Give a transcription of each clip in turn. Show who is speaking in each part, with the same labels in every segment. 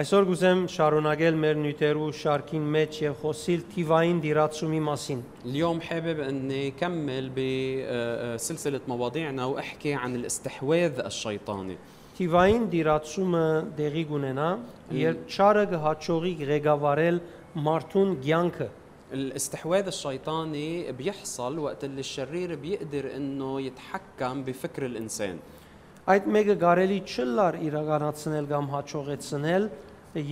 Speaker 1: Այսօր գուզեմ շարունակել մեր նյութերու շարքին մեջ եւ խոսիլ թիվային դիրացումի մասին։
Speaker 2: اليوم حابب اني كمل بسلسله مواضيعنا واحكي عن الاستحواذ الشيطاني
Speaker 1: Թիվային դիրացումը դեղի կունենա, երբ ճարը կհաջողի ղեկավարել մարդուն ցանկը։
Speaker 2: الاستحواذ الشيطاني بيحصل وقت اللي الشرير بيقدر انه يتحكم بفكر الانسان
Speaker 1: Այդ մեկը կարելի չլար իրականացնել կամ հաջողեցնել,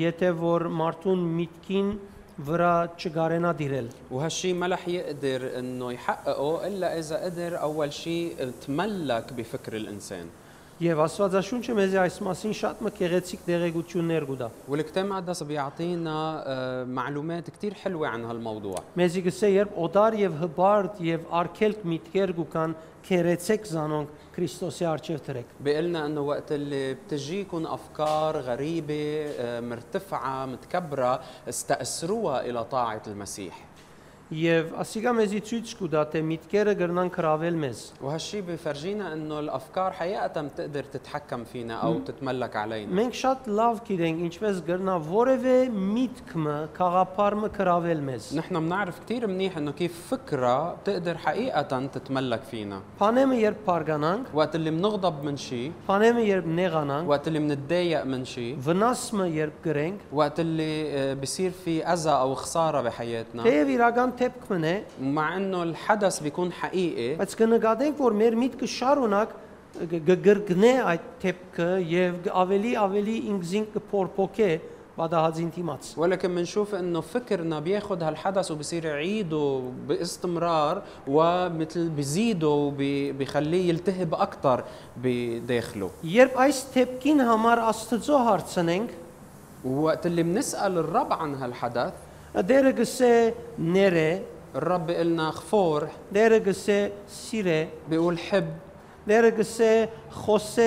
Speaker 1: եթե որ մարդուն միտքին վրա չգարենա դիրել։
Speaker 2: وهالشي ما رح يقدر انه يحققه الا اذا قدر اول شيء تملك بفكر الانسان
Speaker 1: Եվ Աստվածաշունչը մեզ այս մասին շատ մկեղեցիկ դեղեցություններ կուտա։
Speaker 2: والكتاب المقدس بيعطينا آه، معلومات كتير حلوة عن هالموضوع
Speaker 1: Մեզի գսե երբ օտար եւ հբարտ եւ արգելք միտքեր կան, քերեցեք զանոնք Քրիստոսի արչեւ դրեք։
Speaker 2: بيقلنا انه وقت اللي بتجيكم افكار غريبه آه، مرتفعه متكبره استأثروها الى طاعه المسيح
Speaker 1: Եվ ասիկա մեզի ցույց կուտա թե միտքերը գրնան կրավել մեզ։
Speaker 2: وهالشي بفرجينا انه الافكار حقيقه بتقدر تتحكم فينا او تتملك علينا
Speaker 1: Մենք շատ լավ գիտենք ինչպես գրնա որևէ միտքը, խաղապարմը կրավել մեզ։
Speaker 2: نحن بنعرف كثير منيح انه كيف فكره بتقدر حقيقه تتملك فينا
Speaker 1: Փանեմը երբ բարգանանք,
Speaker 2: وقت اللي بنغضب من شيء
Speaker 1: փանեմը երբ նեղանանք,
Speaker 2: وقت اللي بنتضايق من شيء
Speaker 1: վնասը երբ գրենք,
Speaker 2: وقت اللي آه، بصير في اذى او خساره بحياتنا
Speaker 1: թեև իրական թեփքն է,
Speaker 2: مع انه الحدث بيكون حقيقي
Speaker 1: բայց կնկատենք, որ մեր միտքը շարունակ գգրգնե այդ թեփքը եւ ավելի ավելի ինքզին կփորփոքե պատահածին դիմաց։
Speaker 2: ولكن بنشوف انه فكرنا بياخذ هالحدث وبصير يعيده باستمرار ومثل بزيده وبخليه يلتهب اكثر بداخله
Speaker 1: Երբ այս թեփքին համար Աստծո հարցնենք,
Speaker 2: ووقت اللي بنسال الرب عن هالحدث
Speaker 1: դերը գսե ները,
Speaker 2: الرب بيقلنا خفور
Speaker 1: դերը գսե սիրե,
Speaker 2: بيقول حب
Speaker 1: Ներգսե խոսե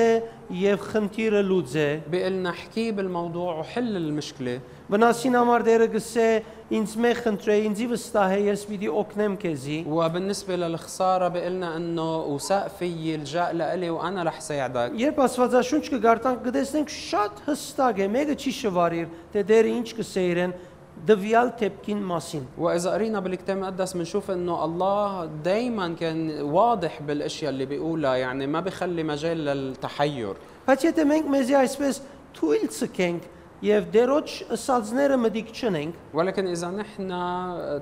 Speaker 1: եւ խնդիրը լուծե։
Speaker 2: بيقلنا احكي بالموضوع وحل المشكله
Speaker 1: Վնասին համար ներգսե ինձ մե խնդրե, ինձի վստահ է, ես պիտի օգնեմ քեզի։
Speaker 2: وبالنسبه للخساره بيقلنا انه وثق فيي الجا لإلي وانا رح ساعدك
Speaker 1: Երբ Աստվածաշունչ կգարտանք, կտեսնենք շատ հստակ է, մեկը չի շվարիր, թե դերը ինչ կսե իրեն դվյալ թեփքին մասին։
Speaker 2: وإذا قرينا بالكتاب المقدس بنشوف إنه الله دايما كان واضح بالأشياء اللي بيقولها يعني ما بخلي مجال للتحير
Speaker 1: Բայց եթե մենք մեզի այսպես թույլ ցկենք եւ դերոջ ըսածները մտիկ չնենք,
Speaker 2: ولكن إذا نحن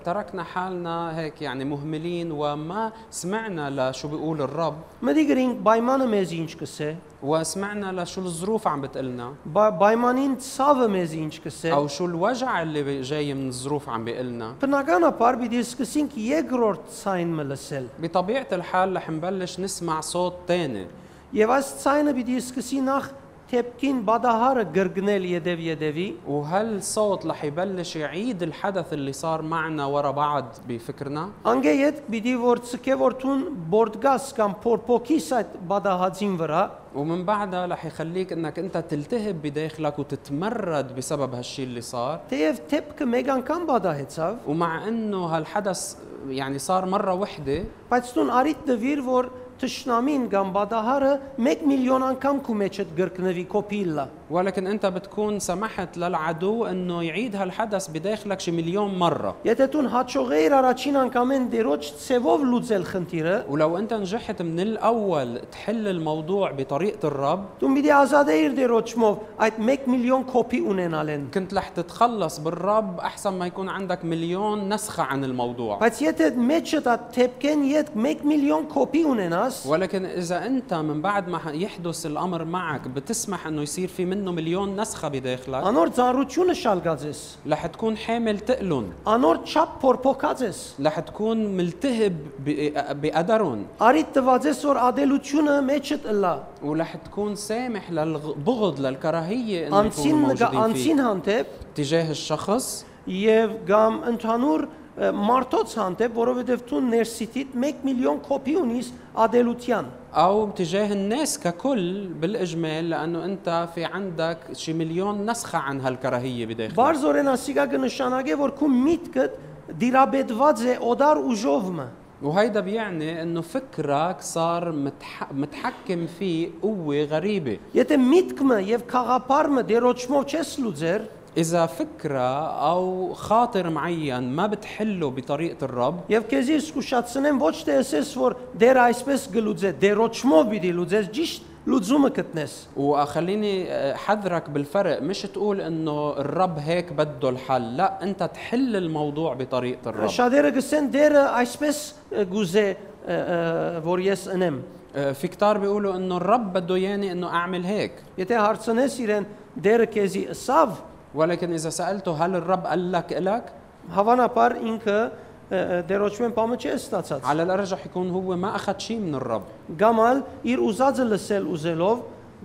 Speaker 2: تركنا حالنا هيك يعني مهملين وما سمعنا لشو بيقول الرب
Speaker 1: մտիկ գրինք պայմանը մեզ ինչ կսե,
Speaker 2: وسمعنا لشو الظروف عم بتقلنا
Speaker 1: պայ- պայմանին ցավը մեզ ինչ կսե,
Speaker 2: أو شو الوجع اللي بي- جاي من الظروف عم بيقلنا
Speaker 1: Բնականաբար պիտի սկսենք երկրորդ ցայն մլսել։
Speaker 2: بطبيعة الحال رح نبلش نسمع صوت تاني
Speaker 1: Եվ այս ցայնը պիտի սկսի նախ թեփքին բադահարը գրգնել յետև յետևի,
Speaker 2: وهالصوت رح يبلش يعيد الحدث اللي صار معنا ورا بعض بفكرنا
Speaker 1: անգե յետ պիտի որ ցկեվորթուն բորդգաս կամ փորփոքիս այդ բադահածին վրա,
Speaker 2: ومن بعدها رح يخليك انك انت تلتهب بداخلك وتتمرد بسبب هالشي اللي صار
Speaker 1: թեև թեփքը մեկ անգամ բադահեցավ,
Speaker 2: ومع انه هالحدث يعني صار مره وحده
Speaker 1: բայց ցուն արիտ դվիր որ Տշնամին կամ բադահարը 1 միլիոն անգամ քու մեջդ գրկնվի կոպիլլա։
Speaker 2: ولكن انت بتكون سمحت للعدو انه يعيد هالحدث بداخلك شي مليون مره
Speaker 1: Եթե դու հաջողեիր առաջին անգամեն դերոջ ցևով լուծել խնդիրը,
Speaker 2: ولو انت نجحت من الاول تحل الموضوع بطريقه الرب
Speaker 1: Դու միտի ազատեիր դերոճմով այդ 1 միլիոն կոպի ունենալեն։
Speaker 2: كنت رح تتخلص بالرب احسن ما يكون عندك مليون نسخه عن الموضوع
Speaker 1: Բայց եթե մեջը դա թեփքեն իդ 1 միլիոն կոպի ունենաս,
Speaker 2: ولكن إذا أنت من بعد ما يحدث الأمر معك بتسمح أنه يصير في منه مليون نسخة بداخلك
Speaker 1: անոր ծառությունը շալգածես,
Speaker 2: رح تكون حامل تقلن
Speaker 1: անոր չափ փորփոքած ես։
Speaker 2: رح تكون ملتهب ب- بقدرهم
Speaker 1: Արիդ տված ես որ ադելությունը մեջդ ըլա։
Speaker 2: ورح تكون سامح للبغض للكراهية إنه
Speaker 1: Անցին
Speaker 2: يكونوا
Speaker 1: նկա
Speaker 2: موجودين فيه
Speaker 1: անցին հանդեպ
Speaker 2: تجاه الشخص
Speaker 1: եւ կամ ընդհանուր ը, մարդոց հանդեպ, որովհետեւ դու ներսիտիդ 1 միլիոն կոպի ունիս ադելության։
Speaker 2: أو تجاه الناس ككل بالإجمال لأنه أنت في عندك شي مليون نسخة عن هالكراهية بداخلك
Speaker 1: Բարձորեն ասիկա կնշանակե որ քու միտքդ դիրաբետված է օդար ուժովը։
Speaker 2: وهيدا بيعني انه فكرك صار متح... متحكم فيه قوه غريبه
Speaker 1: Եթե միտքը եւ խաղապարը դերոճմով չես լուծեր,
Speaker 2: اذا فكره او خاطر معين ما بتحله بطريقه الرب
Speaker 1: Եվ քեզի զսկուշացնեմ ոչ թե ասես որ դեր այսպես գլուծե, դերոճմով պիտի լուծես, ճիշտ լուծումը գտնես։
Speaker 2: وخليني آه، حذرك بالفرق مش تقول انه الرب هيك بده الحل لا انت تحل الموضوع بطريقه الرب
Speaker 1: Շատերը գսեն դերը այսպես ը, գուզե ը, ը, որ ես ընեմ։
Speaker 2: آه، في كتار بيقولوا انه الرب بده ياني انه اعمل هيك
Speaker 1: Եթե հարցնես իրեն դերը քեզի ըսավ,
Speaker 2: ولكن اذا سالته هل الرب قال لك الك
Speaker 1: հավանաբար ինքը ը, ը, դերոճմեն բամը չի ստացած։
Speaker 2: على الارجح يكون هو ما اخذ شيء من الرب
Speaker 1: Գամալ իր ուզածը լսել ուզելով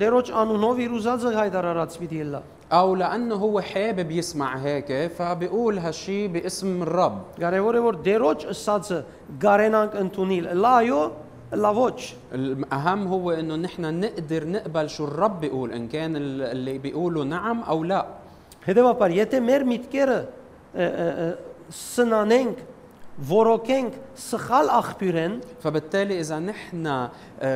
Speaker 1: դերոճ անունով իր ուզածը հայտարարած պիտի լա։
Speaker 2: او لانه هو حابب يسمع هيك فبيقول هالشيء باسم الرب
Speaker 1: Կարևորը որ դերոճ ըսածը գարենանք ընդունել։ Լայո, լա ոչ։
Speaker 2: الاهم هو انه نحن نقدر نقبل شو الرب بيقول ان كان ال- اللي بيقوله نعم او لا
Speaker 1: Հետևաբար, եթե մեր միտքերը ը, ը, ը, սնանենք, որոքենք սխալ աղբյուրեն,
Speaker 2: فبالتالي إذا نحن آه،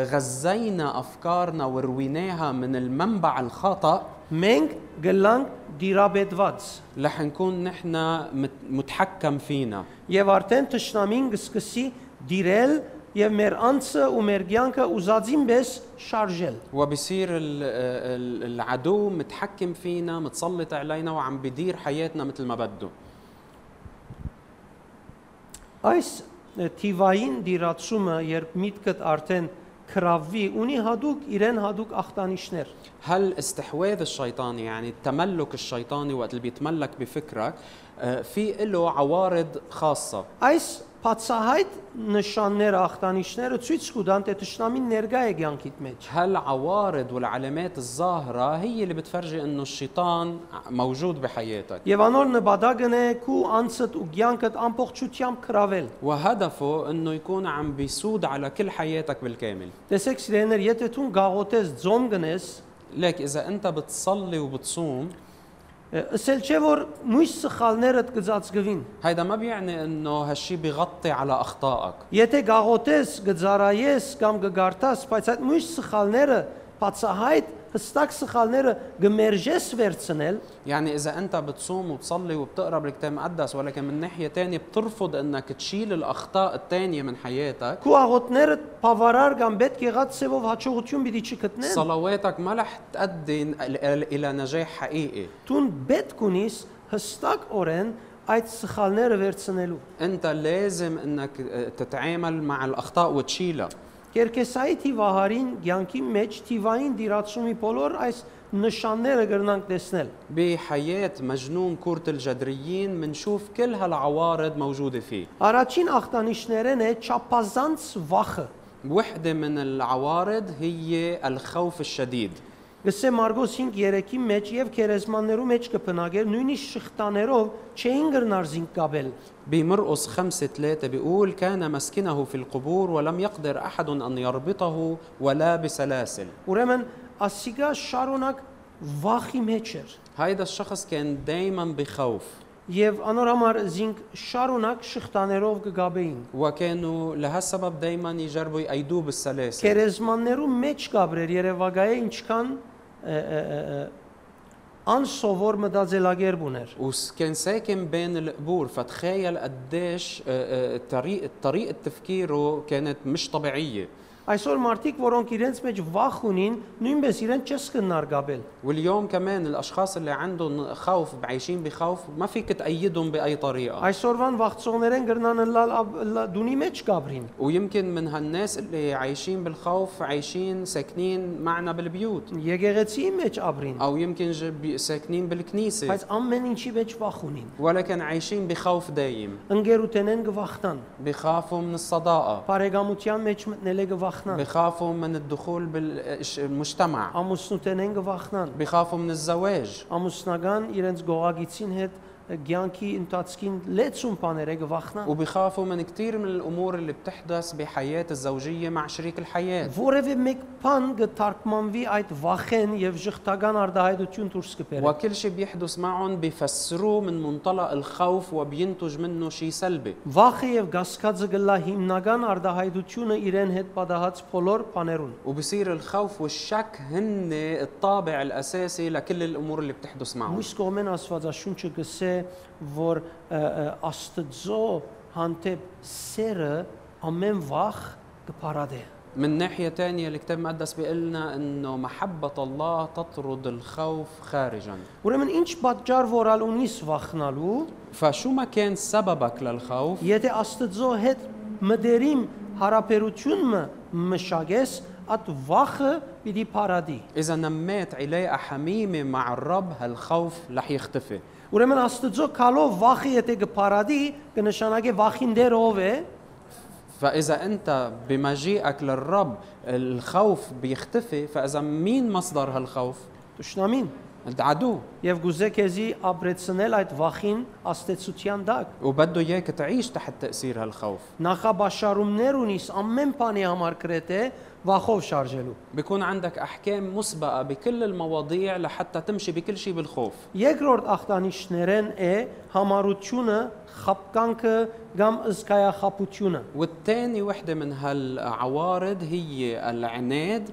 Speaker 2: غذينا أفكارنا ورويناها من المنبع الخطأ
Speaker 1: մենք գլանք դիրաբետված
Speaker 2: رح نكون نحن مت- متحكم فينا
Speaker 1: եւ արդեն ճշնամին կսկսի դիրել եւ մեր անձը ու մեր ցանկը ուզածին պես շարժել։
Speaker 2: وبصير ال- آه، ال- العدو متحكم فينا متسلط علينا وعم بدير حياتنا مثل ما بده
Speaker 1: Այս ը, թիվային դիրացումը, երբ միտքդ արդեն քրավվի, ունի հadouk իրեն հadouk ախտանիշներ։
Speaker 2: هل استحواذ الشيطاني يعني التملك الشيطاني وقت اللي بيتملك بفكرك آه، في له عوارض خاصه
Speaker 1: Այս բացահայտ նշանները, ախտանիշները ցույց կտան, թե ճշնամին ներկա է ցանկիդ մեջ։
Speaker 2: هالعوارض والعلامات الظاهره هي اللي بتفرجي انه الشيطان موجود بحياتك
Speaker 1: Եվ անոր նպատակն է քու անցդ ու ցանկդ ամբողջությամբ կրավել։
Speaker 2: وهدفه انه يكون عم بيسود على كل حياتك بالكامل
Speaker 1: Տեսեք սիրեներ, եթե դու գաղոտես ձոմ գնես,
Speaker 2: لك اذا انت بتصلي وبتصوم
Speaker 1: ը, ասել չէ որ մույս սխալներդ գծածկվին։
Speaker 2: هيدا ما بيعني انه هالشي بيغطي على اخطائك
Speaker 1: Եթե գաղոտես, գծարայես կամ գգարտաս, բայց այդ մույս սխալները բացահայտ հստակ սխալները գմերժես վերցնել,
Speaker 2: يعني اذا انت بتصوم وبتصلي وبتقرا بالكتاب المقدس ولكن من ناحيه تانية بترفض انك تشيل الاخطاء التانية من حياتك
Speaker 1: քու աղոտները բավարար կամ պետք եղած ցևով հաջողություն պիտի չգտնեն։
Speaker 2: صلواتك ما رح تؤدي الى نجاح حقيقي
Speaker 1: Դու պետք ունիս հստակ օրեն այդ սխալները վերցնելու։
Speaker 2: انت لازم انك تتعامل مع الاخطاء وتشيلها
Speaker 1: Կերկեսայի թիվահարին ցանկի մեջ թիվային դիրացումի բոլոր այս նշանները գրնանք տեսնել։
Speaker 2: بحياة مجنون كرة الجدريين منشوف كل هالعوارض موجودة فيه
Speaker 1: Առաջին ախտանիշներն է չափազանց վախը։
Speaker 2: وحدة من العوارض هي الخوف الشديد
Speaker 1: Գսե Մարգոս 5:3-ի մեջ եւ քերեզմաններու մեջ կփնագեր նույնիսկ շղթաներով չէին գրնար զինկաբել։
Speaker 2: بمرقس خمسة ثلاثة بيقول كان مسكنه في القبور ولم يقدر أحد أن يربطه ولا بسلاسل
Speaker 1: Ուրեմն ASCII-ը շարունակ վախի մեջ էր։
Speaker 2: هيدا الشخص كان دايما بخوف
Speaker 1: Եվ անոր համար զինք շարունակ շղթաներով կգաբեին։
Speaker 2: وكانوا لهالسبب دايما يجربوا يأيدوه بالسلاسل
Speaker 1: Քերեզմաններու մեջ գաբրեր Երևանայա ինչքան ը, ը, ը, ը, անսովոր մտածելակերպ ուներ։
Speaker 2: وكان ساكن بين القبور فتخيل قديش آه، آه، طريقة طريقة تفكيره كانت مش طبيعية
Speaker 1: Այսօր մարդիկ, որոնք իրենց մեջ վախ ունին, նույնպես իրենց չես կնարգաբել։
Speaker 2: واليوم كمان الاشخاص اللي عندهم خوف عايشين بخوف ما فيك تأيدهم باي طريقه
Speaker 1: Այսօրվան վախցողներեն գրնան լալ ավ- լա- դունի մեջ գաբրին։
Speaker 2: ويمكن من هالناس اللي عايشين بالخوف عايشين ساكنين معنا بالبيوت
Speaker 1: Եկեղեցի մեջ աբրին,
Speaker 2: او يمكن ج- بي- ساكنين بالكنيسه
Speaker 1: բայց ամեն ինչի մեջ վախ ունին։
Speaker 2: ولكن عايشين بخوف دايم
Speaker 1: Ընկերութենեն գվախտան,
Speaker 2: بخافوا من الصداقه
Speaker 1: բարեկամության մեջ մտնելը գվախնան,
Speaker 2: بخافوا من الدخول بالمجتمع
Speaker 1: أه. ամուսնութենեն գվախնան,
Speaker 2: بخافوا من الزواج
Speaker 1: ամուսնական իրենց գողագիցին հետ ը, ցանկի ընթացքին լեցուն բաներ է գվախնան։
Speaker 2: وبخافوا من كثير من الامور اللي بتحدث بحياه الزوجيه مع شريك الحياه
Speaker 1: Որևէ մեկ բան կթարգմանվի այդ վախեն եւ ժխտական արդահայտություն դուրս կբերի։
Speaker 2: وكل شيء بيحدث معهم بيفسروه من منطلق الخوف وبينتج منه شيء سلبي
Speaker 1: Վախը եւ գասկածը գլա հիմնական արդահայտությունը իրեն հետ պատահած բոլոր բաներուն։
Speaker 2: وبصير الخوف والشك هن الطابع الاساسي لكل الامور اللي بتحدث معهم
Speaker 1: Մյուս կողմեն Աստվածաշունչը գսե, որ ը, ը, Աստծո հանդեպ սերը ամեն վախ կփարադե։
Speaker 2: من ناحيه تانية الكتاب المقدس بيقول لنا انه محبه الله تطرد الخوف خارجا
Speaker 1: Ուրեմն ինչ պատճառ որալ ունիս վախնալու,
Speaker 2: فشو ما كان سببك للخوف
Speaker 1: եթե Աստծո հետ մտերիմ հարաբերությունը մշակես, այդ վախը պիտի փարադի։
Speaker 2: اذا نميت علاقه حميمه مع الرب هالخوف رح يختفي
Speaker 1: Ուրեմն Աստծո քալով վախը եթե կփարադի, կնշանակե վախին դեր ով է,
Speaker 2: فاذا انت بمجيئك للرب الخوف بيختفي فاذا مين مصدر هالخوف
Speaker 1: ճշնամին։
Speaker 2: العدو
Speaker 1: Եվ գուզե քեզի ապրեցնել այդ վախին աստեցության դակ։
Speaker 2: وبده اياك تعيش تحت تاثير هالخوف
Speaker 1: նախաբաշխարումներ ունիս ամեն բանի համար կրեթե վախով շարժելու։
Speaker 2: بيكون عندك احكام مسبقه بكل المواضيع لحتى تمشي بكل شيء بالخوف
Speaker 1: Երկրորդ ախտանիշներեն է համառությունը, խապկանքը կամ ըսկայախապությունը։
Speaker 2: والثاني وحده من هالعوارض هي العناد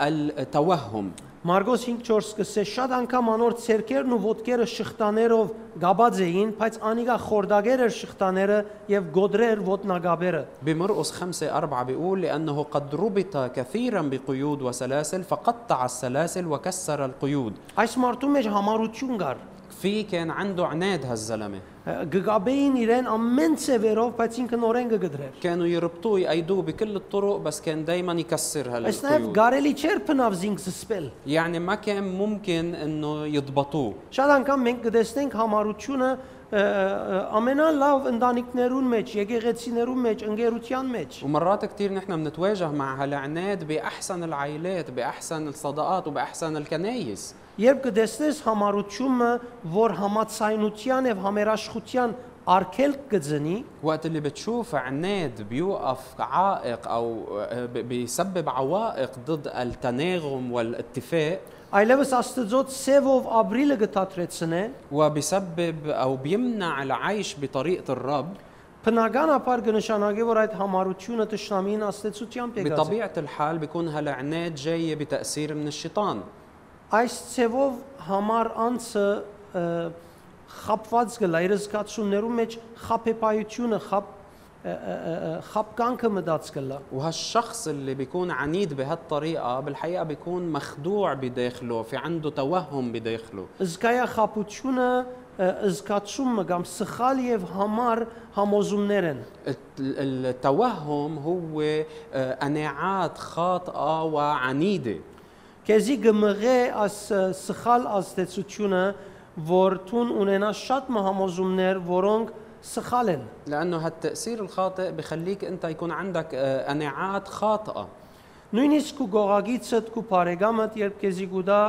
Speaker 2: والتوهم
Speaker 1: Մարգոս 5:4 սկսե շատ անգամ անոր ցերկերն ու ոդկերը շղթաներով գաբած էին, բայց անիկա խորդագեր էր շղթաները եւ գոդրեր ոտնագաբերը։
Speaker 2: بمرقس خمسة أربعة بيقول لأنه قد ربط كثيرا بقيود وسلاسل فقطع السلاسل وكسر القيود
Speaker 1: Այս մարդու մեջ համառություն կար։
Speaker 2: في كان عنده عناد هالزلمة
Speaker 1: Գգաբեին իրեն ամեն ծևերով, բայց ինքն օրեն կգդրեր։
Speaker 2: كانوا يربطوه يقيدوه بكل الطرق بس كان دايما يكسر
Speaker 1: Այս նաեւ
Speaker 2: هالقيود
Speaker 1: գարելի չէր փնավ զինք զսպել։
Speaker 2: يعني ما كان ممكن انه يضبطوه
Speaker 1: Շատ անգամ մենք կտեսնենք համառությունը ը, ը, ամենալավ ընտանիքներուն մեջ, եկեղեցիներուն մեջ, ընկերության մեջ։
Speaker 2: ومرات كثير نحن بنتواجه مع هالعناد باحسن العائلات باحسن الصداقات وباحسن الكنايس
Speaker 1: Երբ կտեսնես համառությունը, որ համացայնության եւ համերաշխության արգելք կծնի,
Speaker 2: وقت اللي بتشوف عناد بيوقف عائق او آه، ب- بيسبب عوائق ضد التناغم والاتفاق
Speaker 1: այլևս Աստծո ծևով ապրիլը կդատրեցնե,
Speaker 2: وبيسبب او بيمنع العيش بطريقه الرب
Speaker 1: բնականաբար կնշանակի, որ այդ համառությունը ճշտամին աստեցությամբ եկած է։
Speaker 2: بطبيعه الحال بيكون هالعناد جايه بتاثير من الشيطان
Speaker 1: Այս ծևով համար անցը ը, խապված գլայրզկացումներում մեջ խապեպայությունը, խապ ը, ը, ը, ը, խապկանքը մտած գլա։
Speaker 2: وهالشخص اللي بيكون عنيد بهالطريقه بالحقيقه بيكون مخدوع بداخله في عنده توهم بداخله
Speaker 1: Զգայախապությունը ը, զգացումը կամ սխալ եւ համար համոզումներ են։
Speaker 2: الت- التوهم هو آه، قناعات خاطئه وعنيده
Speaker 1: Քեզի գմղե աս ը, սխալ աստեցությունը, որ ցուն ունենա շատ մը համոզումներ, որոնք սխալ են։
Speaker 2: لانه هالتاثير الخاطئ بخليك انت يكون عندك آه، قناعات خاطئه
Speaker 1: Նույնիսկ ու գողագիցդ ու բարեկամդ երբ քեզի գուտա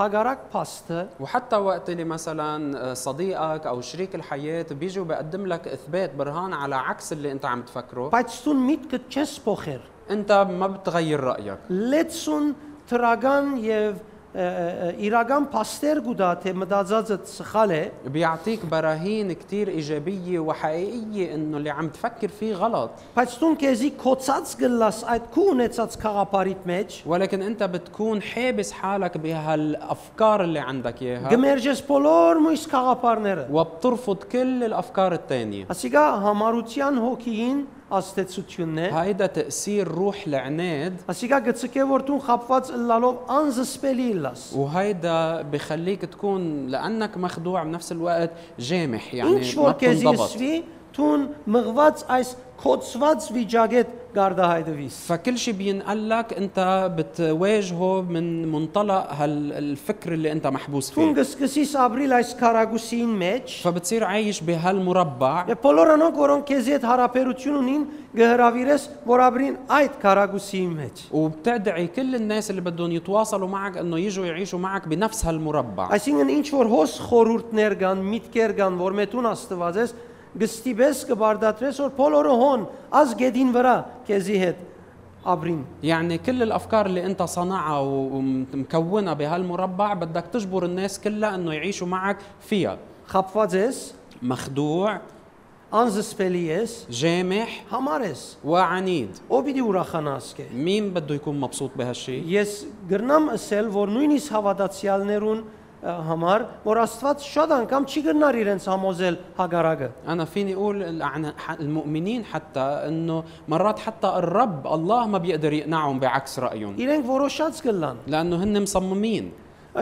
Speaker 1: հագարակ փաստը
Speaker 2: وحتى وقت اللي مثلا آه، صديقك او شريك الحياه بيجي وبقدم لك اثبات برهان على عكس اللي انت عم تفكره
Speaker 1: Բայց ցուն միտքը չես փոխեր։
Speaker 2: انت ما بتغير رايك
Speaker 1: Լեցուն թրագան եւ ը, ը, իրական փաստեր գուտա թե մտածածը սխալ է,
Speaker 2: بيعطيك براهين كتير إيجابية وحقيقية إنه اللي عم تفكر فيه غلط
Speaker 1: բայց ցուն քեզի կոծած գլաս այդ քու ունեցած խաղապարիտ մեջ,
Speaker 2: ولكن أنت بتكون حابس حالك بهالأفكار اللي عندك إياها
Speaker 1: գմերջես բոլոր մույս խաղապարները։
Speaker 2: وبترفض كل الأفكار التانية
Speaker 1: Ասիկա համառության հոգին աստեցությունն է։
Speaker 2: هيدا تأثير روح العناد
Speaker 1: Ասիկա գծկե որ ցուն խապված լալով անզսպելի լաս։
Speaker 2: وهيدا بخليك تكون لأنك مخدوع بنفس الوقت جامح
Speaker 1: Ինչ
Speaker 2: يعني ما
Speaker 1: որ քեզի
Speaker 2: بتنضبط
Speaker 1: սվի, ցուն մղված այս կոծված վիճակետ գարդահայտվիս։
Speaker 2: فكل شيء بينقال لك انت بتواجهه من منطلق هالفكر اللي انت محبوس
Speaker 1: Ցուն
Speaker 2: فيه
Speaker 1: գսկսիս ապրիլ այս քարագուսին մեջ
Speaker 2: فبتصير عايش بهالمربع
Speaker 1: եւ բոլորանոք որոնք քեզի հետ հարաբերություն ունին գհրավիրես որ ապրին այդ քարագուսի մեջ
Speaker 2: وبتدعي كل الناس اللي بدهم يتواصلوا معك انه يجوا يعيشوا معك بنفس هالمربع
Speaker 1: այսինքն ինչ որ հոս խորուրդներ կան միտքեր կան որ մետուն աստված ես գստիբես կբարդատրես որ բոլորը հոն աս գեդին վրա քեզի հետ ابرين
Speaker 2: يعني كل الافكار اللي انت صنعها ومكونها بهالمربع بدك تجبر الناس كلها انه يعيشوا معك فيها
Speaker 1: խապված ես,
Speaker 2: مخدوع
Speaker 1: անզսպելի ես,
Speaker 2: جامح
Speaker 1: համար ես։
Speaker 2: وعنيد
Speaker 1: Ո՞վ պիտի ուրախանաս կե։
Speaker 2: مين بده يكون مبسوط بهالشيء
Speaker 1: Ես գրնամ ասել, որ նույնիսկ հավատացյալներուն ը, համար, որ Աստված շատ անգամ չի գնար իրենց համոզել հագարակը։
Speaker 2: انا فيني اقول عن ح- المؤمنين حتى انه مرات حتى الرب الله ما بيقدر يقنعهم بعكس رايهم
Speaker 1: Իրենք որոշած կլան։
Speaker 2: لانه هن مصممين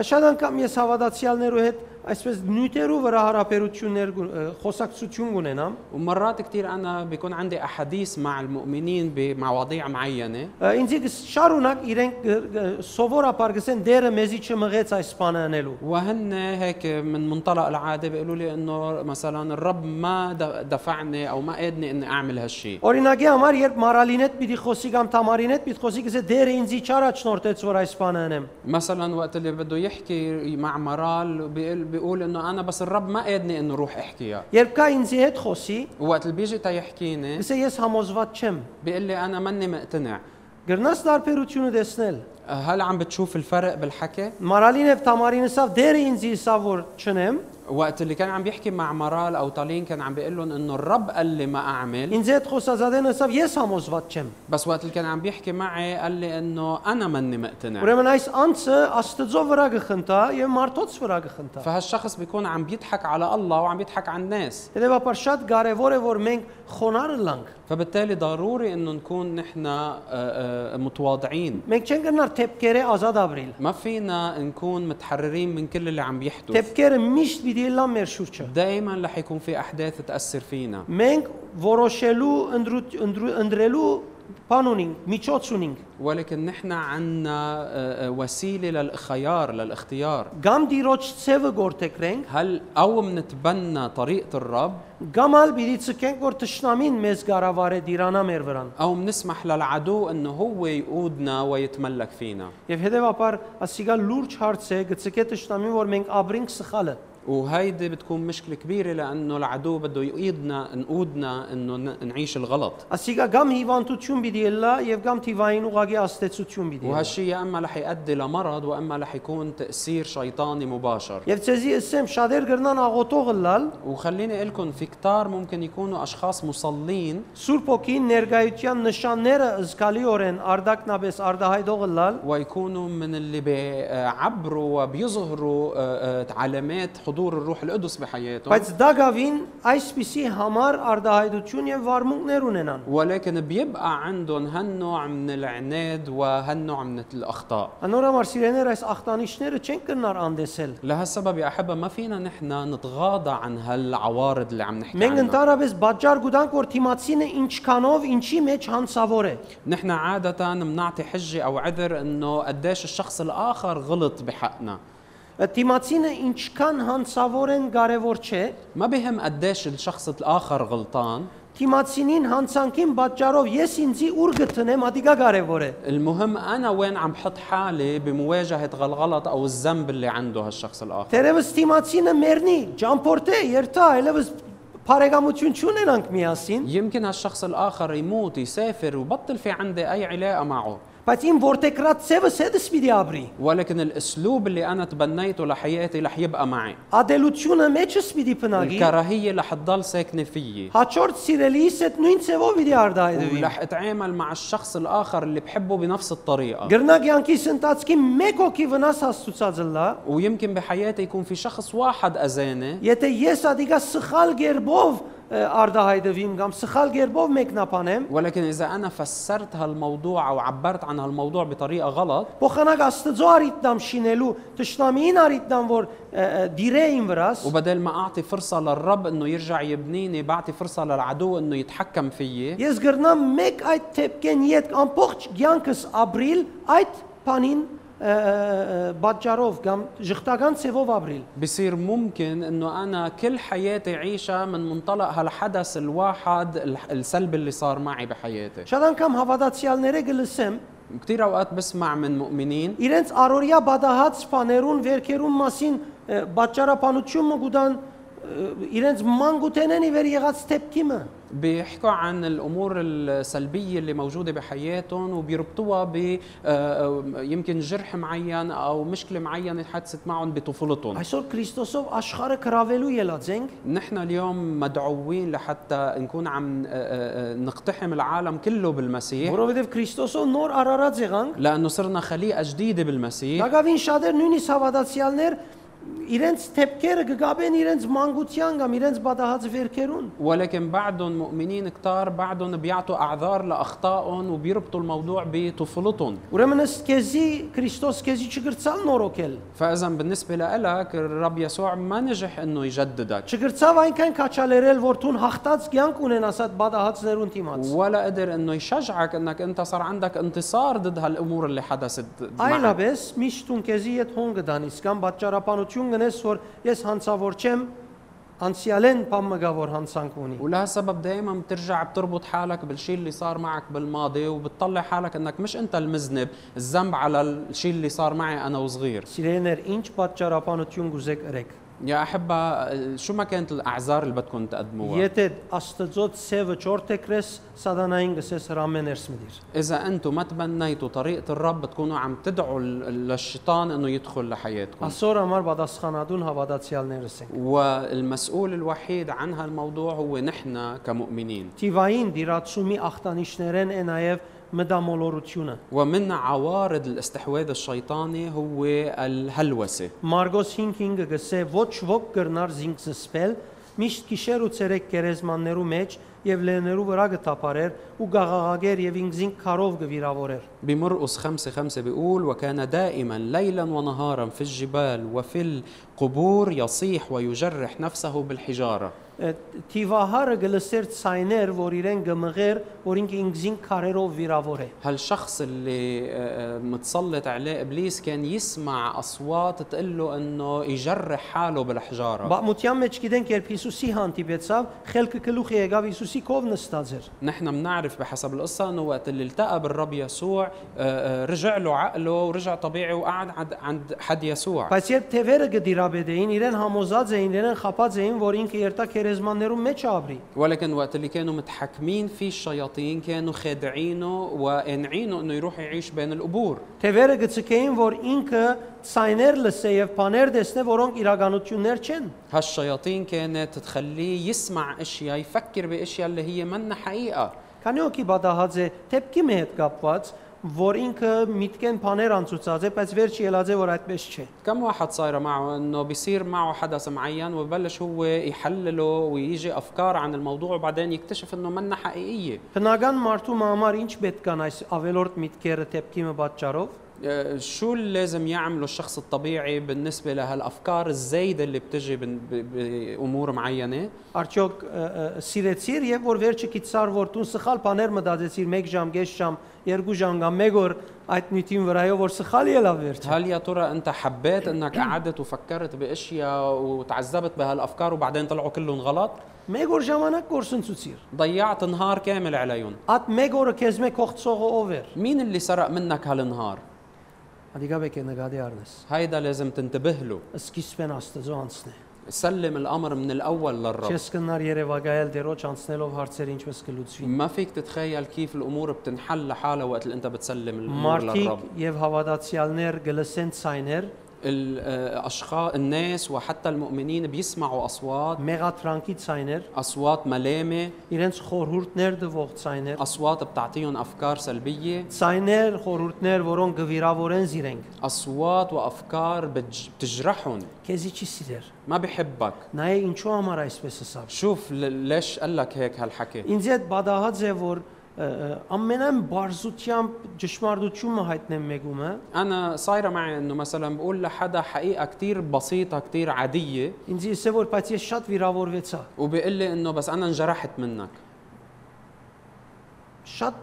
Speaker 1: Շատ անգամ ես հավատացյալներու հետ այսպես նյութերու վրա հարաբերություններ գու- ը, խոսակցություն ունենամ։
Speaker 2: ومرات كثير انا بيكون عندي احاديث مع المؤمنين بمواضيع معينه
Speaker 1: ը, Ինձ եկս շարունակ իրենք գ- գ- սովորաբար գսեն դերը մեզի չմղեց այս բանը անելու։
Speaker 2: وهن هيك من منطلق العاده بيقولوا لي انه مثلا الرب ما د- دفعني او ما قادني اني اعمل هالشيء
Speaker 1: Օրինակի համար երբ մարալին հետ պիտի խոսի կամ Թամարին հետ պիտի խոսի, գսե դերը ինձի չարաչնորտեց որ այս բանը անեմ։
Speaker 2: مثلا وقت اللي بده يحكي مع مرال بيقول, بيقول انه انا بس الرب ما قادني انه روح احكيها
Speaker 1: Երբ կա ինձ հետ խոսի,
Speaker 2: وقت اللي بيجي تيحكيني
Speaker 1: գսե ես համոզված չեմ։
Speaker 2: بيقول لي انا ماني مقتنع
Speaker 1: Գրնաս տարբերությունը տեսնել։
Speaker 2: هل عم بتشوف الفرق بالحكي
Speaker 1: Մարալին եւ Թամարին հսավ դերը ինձ հսավ որ չնեմ։
Speaker 2: وقت اللي كان عم بيحكي مع مرال او طالين كان عم بيقول لهم انه الرب قال لي ما اعمل
Speaker 1: Ինձ հետ խոսածածեն հսավ ես համոզված չեմ։
Speaker 2: بس وقت اللي كان عم بيحكي معي قال لي انه انا ماني مقتنع
Speaker 1: Ուրեմն այս անձը Աստծո վրա գխնդա եւ մարդոց վրա գխնդա։
Speaker 2: فهالشخص بيكون عم بيضحك على الله وعم بيضحك على الناس
Speaker 1: Հետևաբար շատ կարեւոր է որ մենք խոնարհ լանք։
Speaker 2: فبالتالي ضروري انه نكون نحن آه، آه، متواضعين
Speaker 1: Մենք չենք գնար թեփքերը ազատ ապրիլ։
Speaker 2: ما فينا نكون متحررين من كل اللي عم بيحدث
Speaker 1: Թեփքերը միշտ պիտի լան մեր շուրջը։
Speaker 2: دائما رح يكون في احداث تاثر فينا
Speaker 1: Մենք որոշելու ընդրու- ընդրու- ընդրելու բան ունենք, միջոց ունենք։
Speaker 2: ولكن نحن عنا آه، آه، وسيله للخيار للاختيار
Speaker 1: Գամ դիրոջ ցևը գործեկրենք,
Speaker 2: هل او منتبنى طريقه الرب
Speaker 1: գամ ալ պիտի ցկենք որ ճշնամին մեզ գարավարե դիրանա մեր վրան։
Speaker 2: او منسمح للعدو انه هو يقودنا ويتملك فينا
Speaker 1: Եվ հետևաբար ասիգա լուրջ հարց է գցկե ճշնամին որ մենք ապրենք սխալը։
Speaker 2: وهيدي بتكون مشكله كبيره لانه العدو بده يقيدنا نقودنا انه ن- نعيش الغلط
Speaker 1: Ասիկա գամ հիվանդություն պիտի ելա եւ գամ թիվային ուղագի աստեցություն պիտի։ ելա։
Speaker 2: وهالشيء يا اما رح يؤدي لمرض واما رح يكون تاثير شيطاني مباشر
Speaker 1: Եվ ցեզի ասեմ շատեր գրնան աղոտող լալ
Speaker 2: وخليني اقول لكم في كتار ممكن يكونوا اشخاص مصلين
Speaker 1: Սուրբ ոգին ներգայության նշանները զգալիորեն արդակնաբես արդահայդող լալ
Speaker 2: ويكونوا من اللي بيعبروا وبيظهروا آه، آه، علامات حضور الروح القدس بحياتهم
Speaker 1: բայց դա գավին այսպիսի համար արդահայդություն եւ վարմունքներ ունենան։
Speaker 2: ولكن بيبقى عندهم هالنوع من العناد وهالنوع من الاخطاء
Speaker 1: Անորամար սիրեներ այս ախտանիշները չեն կնար անդեսել։
Speaker 2: لهالسبب يا احبه ما فينا نحن نتغاضى عن هالعوارض اللي عم نحكي
Speaker 1: Մենք
Speaker 2: عنها
Speaker 1: ընդառաջ բաճար գուտանք որ թիմացինը ինչքանով ինչի մեջ հանցավոր է։
Speaker 2: نحن عاده بنعطي حجه او عذر انه قديش الشخص الاخر غلط بحقنا
Speaker 1: Թիմացինը ինչքան հանցավորեն կարևոր չէ,
Speaker 2: ما بهم قديش الشخص الاخر غلطان
Speaker 1: Թիմացինին հանցանքին պատճառով ես ինձի ուր գտնեմ, ադիգա կարևոր է։
Speaker 2: المهم انا وين عم حط حالي بمواجهه الغلط او الذنب اللي عنده هالشخص الاخر
Speaker 1: Տերևս թիմացինը մեռնի, ճամփորդե, երթա, այլևս բարեկամություն չունենանք միասին,
Speaker 2: يمكن هالشخص الاخر يموت يسافر وبطل في عندي اي علاقه معه
Speaker 1: բայց իմ որտեգրած ծևս հետս պիտի ապրի։
Speaker 2: ولكن الاسلوب اللي انا تبنيته لحياتي رح يبقى معي
Speaker 1: Ադելությունը մեջս պիտի փնագի։
Speaker 2: الكراهيه رح تضل ساكنه فيي
Speaker 1: Հաջորդ սիրելիս հետ նույն ծևով պիտի արդահայտվի։
Speaker 2: ورح اتعامل مع الشخص الاخر اللي بحبه بنفس الطريقه
Speaker 1: Գրնակ յանքիս ընտածքի մեկ հոգի վնաս հասցուցած լա,
Speaker 2: ويمكن بحياتي يكون في شخص واحد اذاني
Speaker 1: եթե ես ադիգա սխալ ģերբով արդահայտվիմ կամ սխալ ģերբով մեկնաբանեմ,
Speaker 2: ولكن اذا انا فسرت هالموضوع او عبرت عن هالموضوع بطريقه غلط
Speaker 1: Փոխանակ Աստծո արիտնամ շինելու ճշտամին արիտնամ որ ը, ը, դիրե իմ վրաս
Speaker 2: وبدل ما اعطي فرصه للرب انه يرجع يبنيني بعطي فرصه للعدو انه يتحكم فيي
Speaker 1: ես գրնամ մեկ այդ թեփքեն իդ ամբողջ ցանկս ապրիլ այդ բանին բաճարով կամ ժխտական ցևով ապրիլ
Speaker 2: بصير ممكن انه انا كل حياتي عيشها من منطلق هالحدث الواحد الح- السلبي اللي صار معي بحياتي
Speaker 1: շատ անգամ հավատացյալները գլսեմ
Speaker 2: كثير اوقات بسمع من مؤمنين
Speaker 1: իրենց առօրյա բադահած բաներուն վերքերուն մասին բաճարապանություն մգուտան իրենց մանկութենեն ի վեր եղած դեպքիմը
Speaker 2: بيحكوا عن الامور السلبيه اللي موجوده بحياتهم وبيربطوها ب آه، يمكن جرح معين او مشكله معينه حدثت معهم بطفولتهم
Speaker 1: այսօր Քրիստոսով աշխարհը կրավելու ելած ենք
Speaker 2: نحن اليوم مدعوين لحتى نكون عم آه، آه، آه، نقتحم العالم كله بالمسيح
Speaker 1: որովհետև Քրիստոսով նոր արարած եղանք
Speaker 2: لانه صرنا خليقه جديده بالمسيح
Speaker 1: Դակավին շատեր նույնիսկ հավատացյալներ իրենց թեփքերը կգաբեն իրենց մանկության կամ իրենց բադահած վերքերուն
Speaker 2: ولكن بعدهم مؤمنين كتار بعدهم بيعطوا اعذار لاخطائهم وبيربطوا الموضوع بطفولتهم
Speaker 1: ուրեմն ըստ քեզի Քրիստոս քեզի չգրցալ նորոգել
Speaker 2: فاذا بالنسبه لك الرب يسوع ما نجح انه يجددك
Speaker 1: չգրցավ այնքան քաչալերել որ թուն հաղթած կյանք ունեն ասած բադահածներուն դիմաց
Speaker 2: ولا قدر انه يشجعك انك انت صار عندك انتصار ضد هالامور اللي حدثت معك
Speaker 1: Այլապես միշտ ուն քեզի հետ հոն գտանից կամ պատճառաբանություն գնես որ ես հանցավոր չեմ անցյալեն բամգավոր հանցանք ունի
Speaker 2: ولهالسبب دائما بترجع بتربط حالك بالشيء اللي صار معك بالماضي وبتطلع حالك انك مش انت المذنب الذنب على الشيء اللي صار معي انا وصغير
Speaker 1: Սիրեներ ինչ պատճառաբանություն գուզեք ըրեք
Speaker 2: يا احبة شو ما كانت الاعذار اللي بدكم تقدموها
Speaker 1: Եթե Աստծո ցևը չորթեքրես սատանային գսես հրամեներս մդիր
Speaker 2: اذا انتم ما تبنيتوا طريقة الرب بتكونوا عم تدعوا ال- للشيطان انه يدخل لحياتكم
Speaker 1: Այսօր համար պատասխանատուն հավատացյալներս ենք
Speaker 2: والمسؤول الوحيد عن هالموضوع هو نحن كمؤمنين
Speaker 1: Տիվային դիրացումի ախտանիշներեն է նաև մտամոլորությունը
Speaker 2: ومن عوارض الاستحواذ الشيطاني هو الهلوسة
Speaker 1: Մարգոս 5:5-ը գսե ոչ ոք կրնար զինք զսպել, միշտ գիշեր ու ցերեկ գերեզմաններու մեջ եւ լեներու վրա գտապարեր ու գաղաղագեր եւ ինքզին քարով գվիրավորեր։
Speaker 2: بمرقس خمسة خمسة بيقول وكان دائما ليلا ونهارا في الجبال وفي القبور يصيح ويجرح نفسه بالحجارة
Speaker 1: Է, Տիվահարը գլսեր ցայներ, որ իրեն գմղեր, որ ինքը ինքզին քարերով վիրավոր է։
Speaker 2: هالشخص اللي آه، آه، متسلط عليه ابليس كان يسمع اصوات تقول له انه يجرح حاله بالحجاره
Speaker 1: Բամության մեջ գիտենք, երբ Հիսուսի հանդիպեցավ, խելքը գլուխի եկավ Հիսուսի կով նստած էր։
Speaker 2: نحن بنعرف بحسب القصة أنه وقت اللي التقى بالرب يسوع آه، آه، رجع له عقله ورجع طبيعي وقعد عند- عند حد يسوع
Speaker 1: Բայց երբ թևերը գդիրաբեդեին, իրեն համոզած էին, իրեն խապած էին, որ ինքը երթա քերեզմաններու մեջ ապրի։
Speaker 2: ولكن وقت اللي كانوا متحكمين فيه الشياطين كانوا خادعينه وقانعينه انه يروح يعيش بين القبور
Speaker 1: Թևերը գծկեին, որ ինքը ցայներ լսե եւ բաներ դեսնե, որոնք իրականություններ չեն։
Speaker 2: هالشياطين كانت تخليه يسمع اشياء يفكر باشياء اللي هي منا حقيقه
Speaker 1: Քանի օքի բադահած է թեփքի մի հետ կապված, որ ինքը միտքեն բաներ անցուցած է, բայց վերջի ելած է, որ այդպես չէ։
Speaker 2: كم واحد صايره معه انه بيصير معه حدث معين وببلش هو يحلله ويجي افكار عن الموضوع وبعدين يكتشف انه منا حقيقيه
Speaker 1: Բնական մարդու համար ինչ պետք կան այս ավելորտ միտքերը թեփքի մը պատճառով։
Speaker 2: آه، شو اللي لازم يعمله الشخص الطبيعي بالنسبه لهالافكار الزايده اللي بتجي بن- ب- بامور معينه
Speaker 1: Արդյոք ը, ը, սիրեցիր եւ որ վերջը կիցար որտուն սխալ բաներ մտածեցիր 1 ժամ, 2 ժամ, 2 ժամ կամ 1 օր այդ նյութին վրայով որ սխալ ելավ վերջը։
Speaker 2: هل يا ترى انت حبيت انك قعدت وفكرت باشياء وتعذبت بهالافكار وبعدين طلعوا كلهم غلط
Speaker 1: 1 օր ժամանակ կորսնցուցիր։
Speaker 2: ضيعت نهار كامل عليهم
Speaker 1: Այդ մեկ օրը քեզ մեկ հողցողը ով էր։
Speaker 2: مين اللي سرق منك هالنهار
Speaker 1: Ադիգաբեկ է նկատի առնես։
Speaker 2: هيدا لازم تنتبه له
Speaker 1: Սկիզբեն Աստծո անցն է։
Speaker 2: سلم الامر من الاول للرب
Speaker 1: Չես կնար Երևակայել դերոջ անցնելով հարցեր ինչպես կլուծվին։
Speaker 2: ما فيك تتخيل كيف الامور بتنحل لحالها وقت اللي انت بتسلم الامور للرب
Speaker 1: Մարդիկ եւ հավատացյալներ գլսեն ցայներ,
Speaker 2: الاشخاص آه، الناس وحتى المؤمنين بيسمعوا اصوات
Speaker 1: մեղատրանքի ցայներ,
Speaker 2: اصوات ملامه
Speaker 1: իրենց խորհուրդներ տվող ցայներ,
Speaker 2: اصوات بتعطيهم افكار سلبيه
Speaker 1: ցայներ, խորհուրդներ, որոնք գվիրավորեն զիրենք։
Speaker 2: اصوات وافكار بتج- بتجرحهم
Speaker 1: Քեզի չի սիրեր։
Speaker 2: ما بحبك
Speaker 1: Նա է ինչու համար այսպես ասավ։
Speaker 2: شوف ل- ليش قال لك هيك هالحكي
Speaker 1: Ինձ այդ բադահած է որ ը, ը, ամենայն բարձությամբ ճշմարտությունը հայտնեմ մեգումը,
Speaker 2: انا صايره معي انه مثلا بقول لحدا حقيقه كتير بسيطه كتير عاديه
Speaker 1: ինձ իսե որ բայց ես շատ վիրավորվեցա։
Speaker 2: وبيقول لي انه بس انا انجرحت منك
Speaker 1: շատ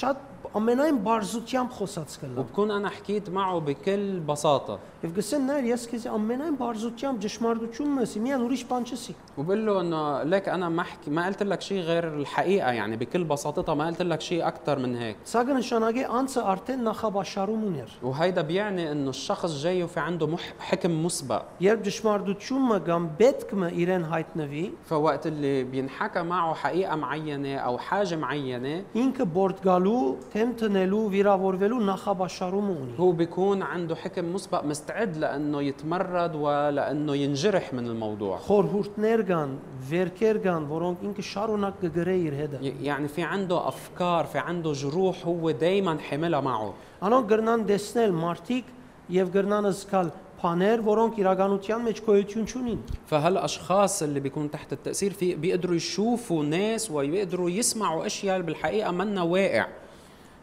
Speaker 1: շատ ամենայն բարձությամբ խոսած կլամ։
Speaker 2: وبكون انا حكيت معه بكل بساطه
Speaker 1: Եվ գսեն նայր ես քեզ ամենայն բարձությամբ ճշմարտությունն ասի, միան ուրիշ բան չսի։
Speaker 2: وبقول له انه لك انا ما حكي ما قلت لك شيء غير الحقيقه يعني بكل بساطتها ما قلت لك شيء اكثر من هيك
Speaker 1: Սա կնշանակի անցը արդեն նախաբաշխարում ուներ։
Speaker 2: وهيدا بيعني انه الشخص جاي وفي عنده مح حكم مسبق
Speaker 1: Երբ ճշմարտությունը կամ բետկը իրեն հայտնվի,
Speaker 2: فوقت اللي بينحكى معه حقيقه معينه او حاجه معينه
Speaker 1: ինքը բորտ գալու, թեմ տնելու, վիրավորվելու նախաբաշխարում ունի։
Speaker 2: هو بيكون عنده حكم مسبق مستعد لانه يتمرد ولانه ينجرح من الموضوع
Speaker 1: Խորհուրդներ կան, վերքեր կան, որոնք ինքը շարունակ կգրե իր հետ։
Speaker 2: ي- يعني في عنده افكار في عنده جروح هو دائما حاملها معه
Speaker 1: Անոնք գրնան տեսնել մարդիկ եւ գրնան զգալ բաներ, որոնք իրականության մեջ գոյություն չունին։
Speaker 2: فهالاشخاص اللي بيكونوا تحت التاثير في بيقدروا يشوفوا ناس ويقدروا يسمعوا اشياء اللي بالحقيقه منا واقع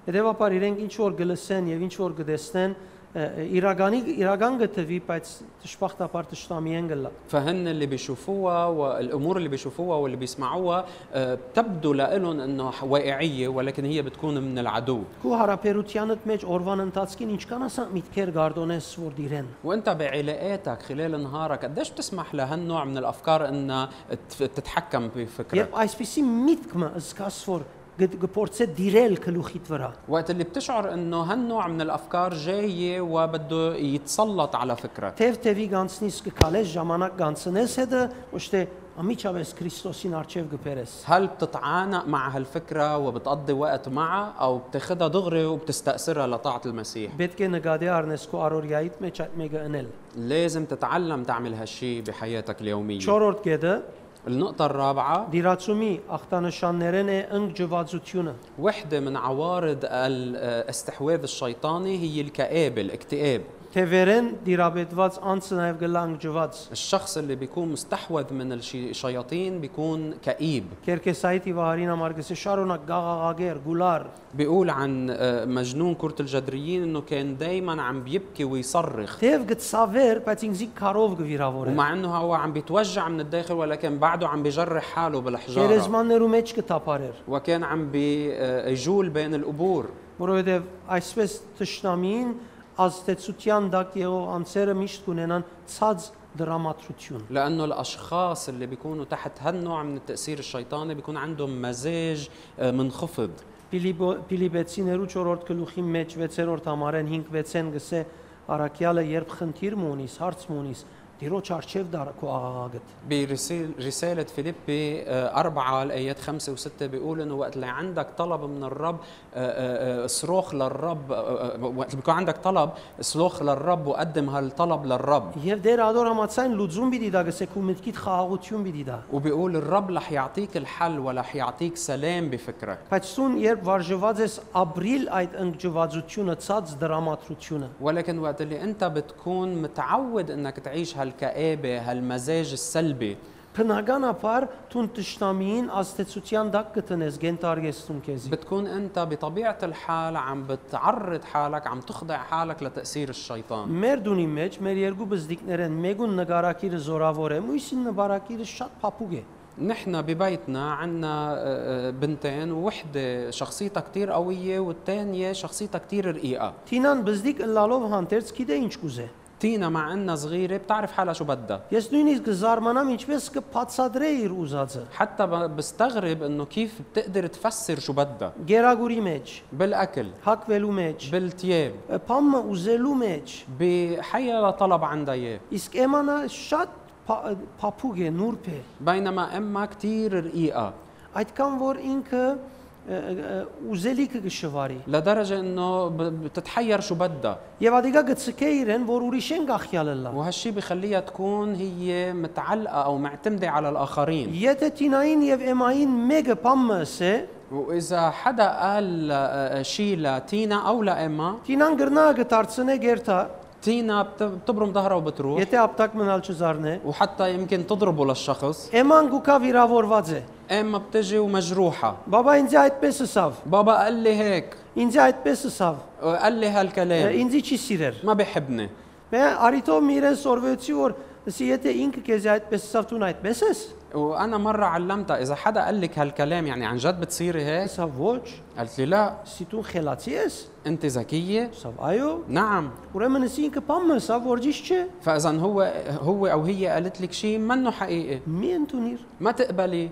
Speaker 1: Հետևաբար իրենք ինչ որ գլսեն եւ ինչ որ գտեսնեն, ը, ը, իրականի իրական գտվի, բայց ճշմարտաբար ճշտամի են գլա։
Speaker 2: فهن اللي بيشوفوها والامور اللي بيشوفوها واللي بيسمعوها آه، بتبدو لهم انه ح- واقعيه ولكن هي بتكون من العدو
Speaker 1: Քու հարաբերությանդ մեջ օրվան ընթացքին ինչքան ասա միտքեր գարդոնես որ դիրեն։
Speaker 2: وانت بعلاقاتك خلال نهارك قديش بتسمح لهالنوع من الافكار انها تف- تتحكم بفكرك
Speaker 1: Երբ այսպիսի միտքը զգաս որ գդ- գփորձե դիրել գլուխիդ վրա,
Speaker 2: وقت اللي بتشعر انه هالنوع من الافكار جايه وبده يتسلط على فكرك
Speaker 1: թեվ-թևի գանցնիս կքալես ժամանակ գանցնես հետը, ոչ թե ամիջավես Քրիստոսին արչև գբերես։
Speaker 2: هل بتتعانق مع هالفكرة وبتقضي وقت معها أو بتاخدها دغري وبتستأثرها لطاعة المسيح
Speaker 1: Պետք է նկատի առնես քո արորիայիդ մեջ այդ մեկը ընել։
Speaker 2: لازم تتعلم تعمل هالشي بحياتك اليومية
Speaker 1: 4-րդ կետը
Speaker 2: النقطة الرابعة
Speaker 1: դիրացումի ախտանշաններն է ընկճվածությունը։
Speaker 2: وحدة من عوارض الاستحواذ الشيطاني هي الكآبة الاكتئاب
Speaker 1: Թևերեն դիրապետված անձը նաև գլանգջված։
Speaker 2: الشخص اللي بيكون مستحوذ من الشي- الشياطين بيكون كئيب
Speaker 1: Կերկեսայիթի վահարին ամարգսի շարունակ գաղաղագեր, գուլար։
Speaker 2: بيقول عن آه، مجنون كرة الجدريين انه كان دايما عم بيبكي ويصرخ
Speaker 1: Թեև գծավեր, բայց ինձի քարով գվիրավորել։
Speaker 2: ومع انه هو عم بيتوجع من الداخل ولكن بعده عم بيجرح حاله بالحجاره
Speaker 1: Գերեզմաններու մեջ կտապարեր,
Speaker 2: وكان عم بيجول بين القبور
Speaker 1: որովհետև այսպես ճշնամին ազդեցության դակ եղող անձերը միշտ կունենան ցած դրամատրություն։
Speaker 2: لانه الاشخاص اللي بيكونوا تحت هالنوع من التاثير الشيطاني بيكون عندهم مزاج آه، منخفض
Speaker 1: Ֆիլիպո- Ֆիլիպեցիներու 4-րդ գլուխի մեջ 6-րդ համարեն 5-6-ն գսե Արաքյալը երբ խնդիր մունիս, հարց մունիս, դիրոջ արչև դար քո աղաղագդ։
Speaker 2: برسالة فيليبي آه، أربعة الآيات خمسة وستة بيقول إنه وقت اللي عندك طلب من الرب آه، آه، آه، صراخ للرب آه، آه، وقت بيكون عندك طلب صراخ للرب وقدم هالطلب للرب
Speaker 1: Եվ դեր ադոր համացայն լուծում պիտի դա գսե քո մտքիդ խաղաղություն պիտի դա։
Speaker 2: وبيقول الرب رح يعطيك الحل ورح يعطيك سلام بفكرك
Speaker 1: Բայց ցուն երբ վարժված ես ապրիլ այդ ընկճվածությունը, ցած դրամատրությունը,
Speaker 2: ولكن وقت اللي انت بتكون متعود انك تعيش هالكآبة هالمزاج السلبي
Speaker 1: Բնականաբար ցուն ճշտամին աստեցության դակ կտնես գենտարգեստում քեզի։
Speaker 2: بتكون انت بطبيعة الحال عم بتعرض حالك عم تخضع حالك لتأثير الشيطان
Speaker 1: Մեր դունի մեջ մեր երկու բզդիկներ են, մեկուն նկարակիրը զորավոր է, մյուսին նկարակիրը շատ փափուկ է։
Speaker 2: نحن ببيتنا عنا آه، آه، بنتين ووحدة شخصيتها كتير قوية والتانية شخصيتها كتير رقيقة
Speaker 1: Թինան բզդիկ ըլլալով հանդերձ գիտե ինչ կուզե։
Speaker 2: تينا مع انها صغيرة بتعرف حالها شو بدها
Speaker 1: Ես նույնիսկ զարմանամ ինչպես կփածադրե իր ուզածը։
Speaker 2: حتى ب- بستغرب انه كيف بتقدر تفسر شو بدها
Speaker 1: Գերագուրի մեջ,
Speaker 2: بالاكل
Speaker 1: հակվելու մեջ,
Speaker 2: بالثياب
Speaker 1: փամը ուզելու մեջ։
Speaker 2: بحيا طلب عندها اياه
Speaker 1: Իսկ Էմանա շատ փա- փափուկ է, նուրբ է։
Speaker 2: بينما امها كثير رقيقه
Speaker 1: Այդքան որ ինքը ը, ը, ուզելիքը գշվարի։
Speaker 2: لدرجه انه ب- بتتحير شو بدها
Speaker 1: Եվ ադիգա գծկե իրեն, որ ուրիշեն գախյալը լա։
Speaker 2: وهالشي بخليها تكون هي متعلقه او معتمده على الاخرين
Speaker 1: Եթե Տինային եւ Էմային մեկը բամս է,
Speaker 2: واذا حدا قال آه، شي لتينا او لاما
Speaker 1: Տինան գրնա գտարցնե գերտա,
Speaker 2: تينا بت- بتبرم ظهرها وبتروح
Speaker 1: եթե ապտակ մնալ չզարնե։
Speaker 2: وحتى يمكن تضربه للشخص
Speaker 1: Էման գուկա վիրավորված է։
Speaker 2: اما بتجي ومجروحه
Speaker 1: Բաբա ինձ այդպես ասավ,
Speaker 2: بابا قال لي هيك
Speaker 1: ինձ այդպես ասավ,
Speaker 2: آه، قال لي
Speaker 1: ը,
Speaker 2: هالكلام
Speaker 1: ինձի չի սիրեր։
Speaker 2: ما بحبني
Speaker 1: Մե արիտով մի իրեն սորվեցի որ Սի եթե ինքը քեզ այդպես ասավ դու այդպես ես,
Speaker 2: وانا مره علمتها اذا حدا قال لك هالكلام يعني عن جد بتصيري هيك
Speaker 1: ասա ոչ,
Speaker 2: قالت لي لا
Speaker 1: սի դու խելացի ես,
Speaker 2: انت ذكيه
Speaker 1: ասա այո,
Speaker 2: نعم
Speaker 1: ուրեմն սի ինքը բամը ասա որջիշ չէ,
Speaker 2: فاذا هو هو او هي قالت لك شيء منه حقيقي
Speaker 1: մի ընդունիր,
Speaker 2: ما تقبلي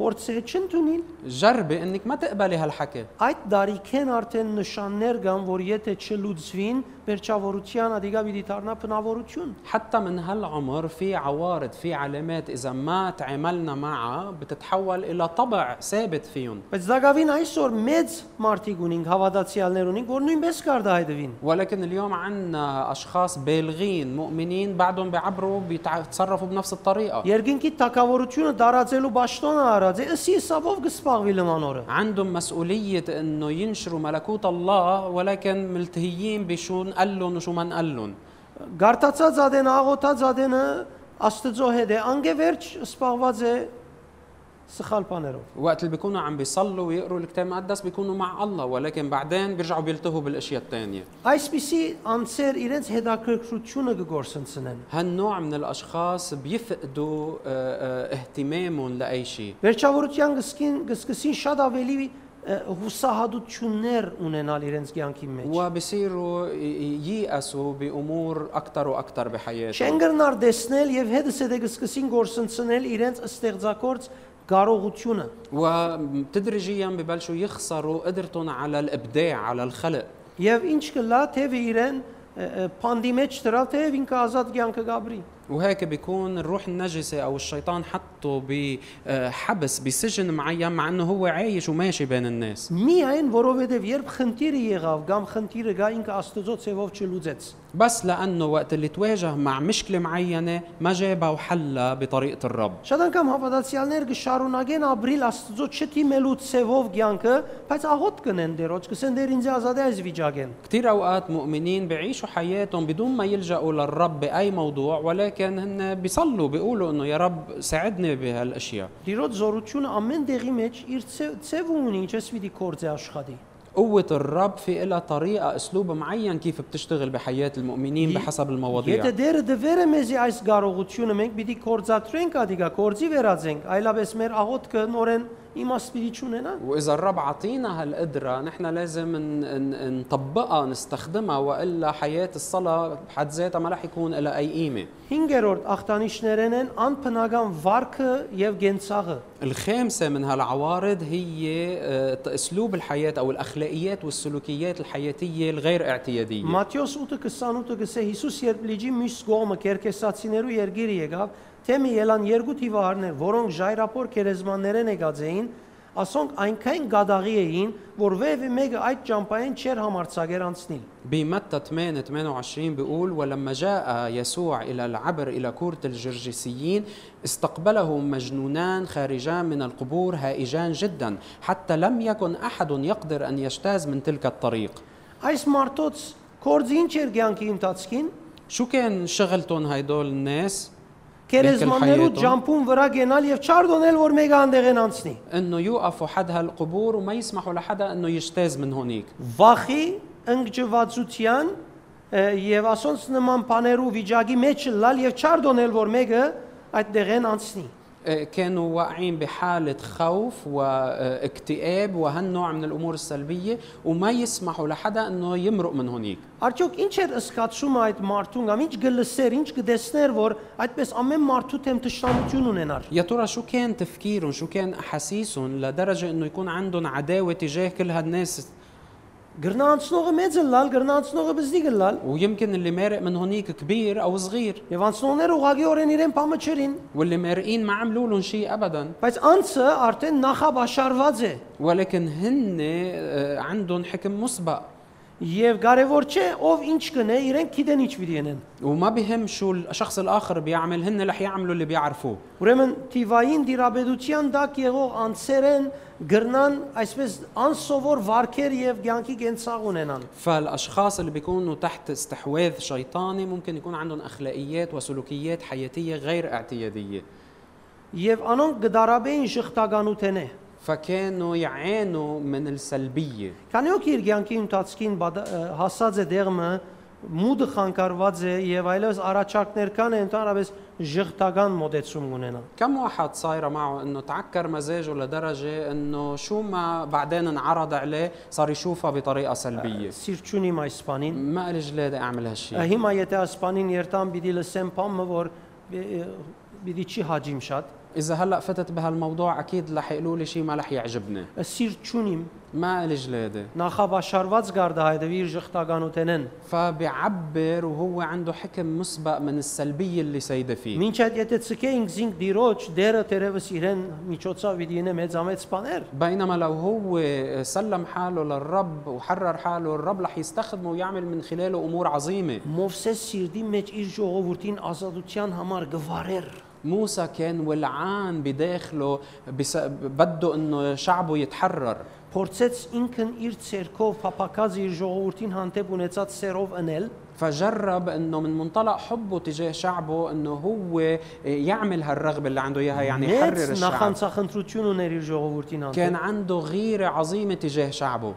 Speaker 1: փորձե չընդունին։
Speaker 2: جربي انك ما تقبلي هالحكي
Speaker 1: Այդ դարիքեն արդեն նշաններ կան, որ եթե չլուծվին, վերջավորության ադիգա պիտի դառնա բնավորություն։
Speaker 2: حتى من هالعمر في عوارض في علامات اذا ما تعاملنا معها بتتحول الى طبع ثابت فيهم
Speaker 1: Բայց զագավին այսօր մեծ մարդիկ ունենք, հավատացյալներ ունենք, որ նույնպես կարդահայտվին։
Speaker 2: ولكن اليوم عندنا اشخاص بالغين مؤمنين بعدهم بيعبروا بيتصرفوا بنفس الطريقه
Speaker 1: Երկինքի տակավորությունը դարածելու ճշտոնը առած է, ըսի սավով կսպաղվի լման օրը։
Speaker 2: عندهم مسؤولية انه ينشروا ملكوت الله ولكن ملتهيين بشو انقال لهم وشو ما انقال لهم
Speaker 1: Գարտացած ադենը, աղոթած ադենը Աստծո հետ է, անգևերջ սպաղված է սխալ բաներով։
Speaker 2: وقت اللي بيكونوا عم بيصلوا ويقروا الكتاب المقدس بيكونوا مع الله ولكن بعدين بيرجعوا بيلتهوا بالاشياء الثانيه
Speaker 1: Այսպիսի անձեր իրենց հետաքրքրությունը կգործընծնեն։
Speaker 2: هالنوع من الاشخاص بيفقدوا آه، آه، اهتمامهم لاي شيء
Speaker 1: Վերջավորության գսկին գսկսին շատ ավելի ը, հուսահատություններ ունենալ իրենց կյանքի մեջ։
Speaker 2: وبصيروا ي- ي- ييأسوا بامور اكثر واكثر
Speaker 1: Չեն
Speaker 2: بحياتهم
Speaker 1: գրնար տեսնել եւ հետս էլ գսկսին գործընծնել իրենց ստեղծագործ կարողությունը։
Speaker 2: وتدريجيا ببلشوا يخسروا قدرتهم على الابداع على الخلق
Speaker 1: Եվ ինչ կլա թեւը իրեն ը, ը, փանդի մեջ դրա թեւ ինքը ազատ կյանքը գաբրի։
Speaker 2: وهيك بيكون الروح النجسة أو الشيطان حطه بحبس بسجن معين مع أنه هو عايش وماشي بين الناس
Speaker 1: Միայն որովհետեւ երբ խնդիրը եղավ կամ խնդիրը գա ինքը Աստծո ցևով չլուծեց։
Speaker 2: بس لأنه وقت اللي تواجه مع مشكلة معينة ما جابها وحلها بطريقة الرب
Speaker 1: Շատ անգամ հավատացյալներ կշարունակեն ապրիլ Աստծո չթիմելու ցևով կյանքը, բայց աղոտ կնեն դերոջ, կսեն դեր ինձ ազատ է այս վիճակեն։
Speaker 2: كثير أوقات مؤمنين بيعيشوا حياتهم بدون ما يلجأوا للرب بأي موضوع ولكن هن بيصلوا بيقولوا أنه يا رب ساعدني بهالأشياء
Speaker 1: Տիրոջ զորությունը ամեն դեղի մեջ իր ցե- ցևը ունի, ինչպես պիտի կործե աշխատի։
Speaker 2: قوة الرب في إلها طريقة أسلوب معين كيف بتشتغل بحياة المؤمنين
Speaker 1: ي-
Speaker 2: بحسب المواضيع
Speaker 1: Եթե դերը դվերը մեզի այս կարողությունը մենք պիտի կործատրենք, ադիգա կործի վերածենք, այլապես մեր աղոտքը նորեն իմաստ պիտի չունենա։
Speaker 2: وإذا الرب عطينا هالقدرة نحن لازم ن- ن- نطبقها نستخدمها وإلا حياة الصلاة بحد ذاتها ما رح يكون لها أي قيمة
Speaker 1: 5-րդ ախտանիշներն են անփնական վարքը եւ գենցաղը։
Speaker 2: الخامسة من هالعوارض هي آه، ت- أسلوب الحياة أو الأخلاقيات والسلوكيات الحياتية الغير اعتيادية
Speaker 1: Մատթեոս 8:28-ը գսե Հիսուս երբ լիճի մյուս կողմը կերկեսացիներու երգիրը եկավ, թե մի ելան երկու թիվահարներ, որոնք ժայռապոր կերեզմաններեն եկած էին, ասոնք այնքան գադաղի էին, որ վեվի մեկը այդ ճամփային չեր համարցակեր անցնել։
Speaker 2: بمتى 8 28 بيقول ولما جاء يسوع إلى العبر إلى كورة الجرجسيين استقبله مجنونان خارجان من القبور هائجان جدا حتى لم يكن أحد يقدر أن يجتاز من تلك الطريق
Speaker 1: Այս մարդոց կորձի ինչ էր կյանքի ընթացքին,
Speaker 2: شو كان شغلتهم هيدول الناس؟
Speaker 1: կերեզմաններու
Speaker 2: հայետոն։
Speaker 1: ճամփուն վրա գնալ եւ չարդոնել, որ մեկը անդեղեն անցնի։
Speaker 2: انه يوقفوا حد هالقبور وما يسمحوا لحدا انه يجتاز من هونيك
Speaker 1: Վախի, ընկճվածության ը, եւ ասոնց նման բաներու վիճակի մեջ լալ եւ չարդոնել, որ մեկը այդ դեղեն անցնի։
Speaker 2: آه، كانوا واقعين بحالة خوف واكتئاب وهالنوع من الأمور السلبية وما يسمحوا لحدا أنه يمرق من هونيك
Speaker 1: Արդյոք ինչ էր սկացում այդ մարդուն, կամ ինչ գլսեր, ինչ գտեսներ, որ այդպես ամեն մարդու թեմ ճշտամություն ունենար։
Speaker 2: يا ترى شو كان تفكيرهم شو كان أحاسيسهم لدرجة أنه يكون عندهم عداوة تجاه كل هالناس
Speaker 1: Գրնանցնողը մեծը լալ, գրնանցնողը բզդի գլալ,
Speaker 2: ويمكن اللي مارق من هونيك كبير أو صغير
Speaker 1: եւ անցնողները ուղղակիորեն իրեն բամը չերին,
Speaker 2: واللي مارقين ما عملوا لهم شيء أبدا
Speaker 1: բայց անցը արդեն նախաբաշարված է։
Speaker 2: ولكن هن آه، عندهم حكم مسبق
Speaker 1: Եվ կարևոր չէ ով ինչ կնե, իրենք գիտեն ինչ պիտի անեն։
Speaker 2: وما بهم شو الشخص الآخر بيعمل هن رح يعملوا اللي بيعرفوه
Speaker 1: Ուրեմն տիվային դիրաբեդության դակ եղող անցերեն գրնան այսպես անսովոր վարքեր եւ ցանկի կենցաղ ունենան։
Speaker 2: فالاشخاص اللي بيكونوا تحت استحواذ شيطاني ممكن يكون عندهم اخلاقيات وسلوكيات حياتيه غير اعتياديه
Speaker 1: Եվ անոնք գդարաբեին շղթականութենե։
Speaker 2: فكانوا يعانوا من السلبيه
Speaker 1: Քանի որ իր ցանկի ընթացքին բադ- ը, հասած է դեղը մուդը խանգարված է եւ այլևս առաջարկներ կան է ընդհանրապես ժղթական մոտեցում ունենան։
Speaker 2: كم واحد صايرة معه انه تعكر مزاجه لدرجة انه شو ما بعدين انعرض عليه صار يشوفها بطريقة سلبية
Speaker 1: Սիրճունի մայ սպանին։
Speaker 2: ما قال جلادي اعمل
Speaker 1: Ա,
Speaker 2: هالشيء
Speaker 1: Հիմա եթե ասպանին երթամ պիտի լսեմ փամը որ ե- ե- պիտի չի հաջիմ շատ։
Speaker 2: اذا هلا فتت بهالموضوع اكيد رح يقولوا لي شيء ما رح يعجبني
Speaker 1: Սիրճունիմ
Speaker 2: ما قال جلادي
Speaker 1: նախաբաշարված գարդահայտվի իր ժղթականութենեն։
Speaker 2: فبيعبر وهو عنده حكم مسبق من السلبية اللي سيدة فيه
Speaker 1: Մինչ այդ եթե ցկեինք զինք դիրոջ դերը դերևս իրեն միջոցով պիտի ինե մեծամեծ սպաներ։
Speaker 2: بينما لو هو سلم حاله للرب وحرر حاله الرب رح يستخدمه ويعمل من خلاله امور عظيمه
Speaker 1: Մովսես սիրտի մեջ իր ժողովրդին ազատության համար գվարեր։
Speaker 2: موسى كان ولعان بداخله بس... بده انه شعبه يتحرر
Speaker 1: Փորձեց ինքն իր ցերկով փապակած իր ժողովրդին հանդեպ ունեցած սերով ընել,
Speaker 2: فجرب انه من منطلق حبه تجاه شعبه انه هو يعمل هالرغبه اللي عنده اياها يعني
Speaker 1: մեծ
Speaker 2: يحرر الشعب
Speaker 1: նախանցախնդրություն ուներ իր ժողովրդին
Speaker 2: كان
Speaker 1: հանդեպ։
Speaker 2: عنده غيره عظيمه تجاه شعبه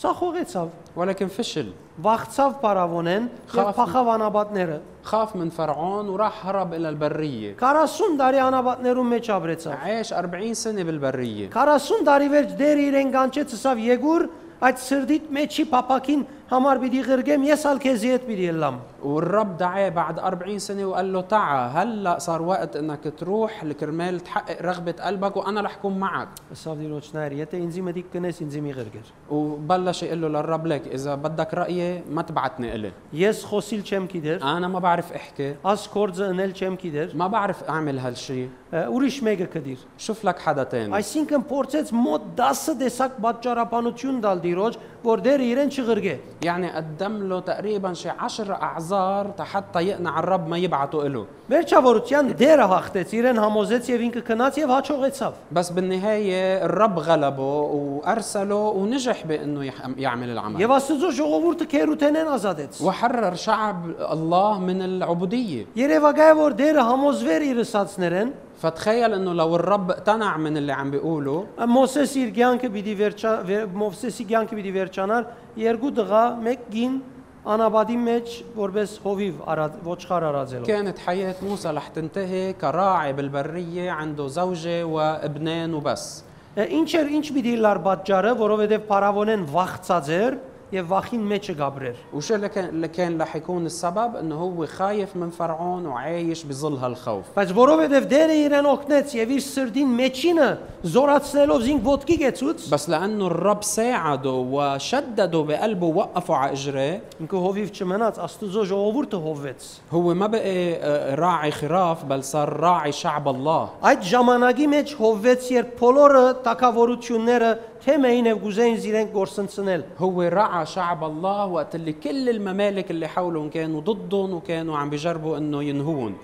Speaker 1: Ցախողեցավ,
Speaker 2: ولكن فشل
Speaker 1: վախցավ Փարավոնեն եւ
Speaker 2: Խաֆ-
Speaker 1: փախավանաբատները։
Speaker 2: خاف من فرعون وراح هرب الى البريه
Speaker 1: 40 տարի անաբատներում մեջ ապրեցավ։
Speaker 2: عاش 40 سنه بالبريه
Speaker 1: 40 տարի վերջ դեր իրեն կանչեց սավ Եգուր, այդ սրդիտ մեջի փապակին համար պիտի ղրգեմ, ես ալ քեզի հետ պիտի ելամ։
Speaker 2: والرب دعاه بعد 40 سنه وقال له تعا هلا صار وقت انك تروح لكرمال تحقق رغبه قلبك وانا رح كون معك
Speaker 1: Սավ դիրոջներ, եթե ինձի մտիկ կնես, ինձի մի ղրգեր։
Speaker 2: وبلش يقول له للرب لك اذا بدك رايي ما تبعتني الي
Speaker 1: Ես խոսիլ չեմ գիտեր,
Speaker 2: انا ما بعرف احكي
Speaker 1: աս կորձը ընել չեմ գիտեր,
Speaker 2: ما بعرف اعمل هالشيء
Speaker 1: ը, ուրիշ մեկը կդիր։
Speaker 2: شوف لك حدا تاني
Speaker 1: Այսինքն փորձեց մոտ 10 տեսակ պատճառաբանություն տալ դիրոջ, որ դեր իրեն չղրգե։
Speaker 2: يعني قدم له تقريبا شي 10 اعذار حتى يقنع الرب ما يبعته له
Speaker 1: Վերջավորության դերը հաղթեց, իրեն համոզեց եւ ինքը քնած եւ հաջողեցավ։
Speaker 2: بس بالنهايه الرب غلبه وارسله ونجح بانه يح- يعمل العمل
Speaker 1: Եվ Աստծո ժողովուրդը քերութենեն ազատեց։
Speaker 2: وحرر شعب الله من العبوديه
Speaker 1: Երևակայ է, որ դերը համոզվեր իր սացներեն,
Speaker 2: فتخيل انه لو الرب اقتنع من اللي عم بيقوله
Speaker 1: Մոսես իր ցանկը պիտի վերջա վեր- Մովսեսի ցանկը պիտի վերջանար, երկու դղա, մեկ գին անաբադի մեջ որպես հովիվ արած ոչխար արածելով։
Speaker 2: كانت حياة موسى رح تنتهي كراعي بالبرية عنده زوجة وابنان وبس
Speaker 1: Է, Ինչ էր, ինչ պիտի լար պատճառը, որովհետև Փարավոնեն վախծած էր եւ վախին մեջը գաբրեր։
Speaker 2: وشو اللي كان اللي كان رح يكون السبب انه هو خايف من فرعون وعايش بظل هالخوف
Speaker 1: Բայց որովհետև դերը իրեն օգնեց եւ իր սրդին մեջինը զորացնելով զինք ոտքի գեցուց,
Speaker 2: بس لانه الرب ساعده وشدده بقلبه ووقفه على اجريه
Speaker 1: ինքը հովիվ չմնաց, Աստուծո ժողովուրդը հովվեց։
Speaker 2: هو ما بقي آه، راعي خراف بل صار راعي شعب الله
Speaker 1: Այդ ժամանակի մեջ հովվեց, երբ բոլորը տակավորությունները թեմ էին եւ գուզեին իրեն գործընծնել։
Speaker 2: هو رعى شعب الله وقت اللي كل الممالك اللي حولهم كانوا ضدهم وكانوا عم بيجربوا انه ينهون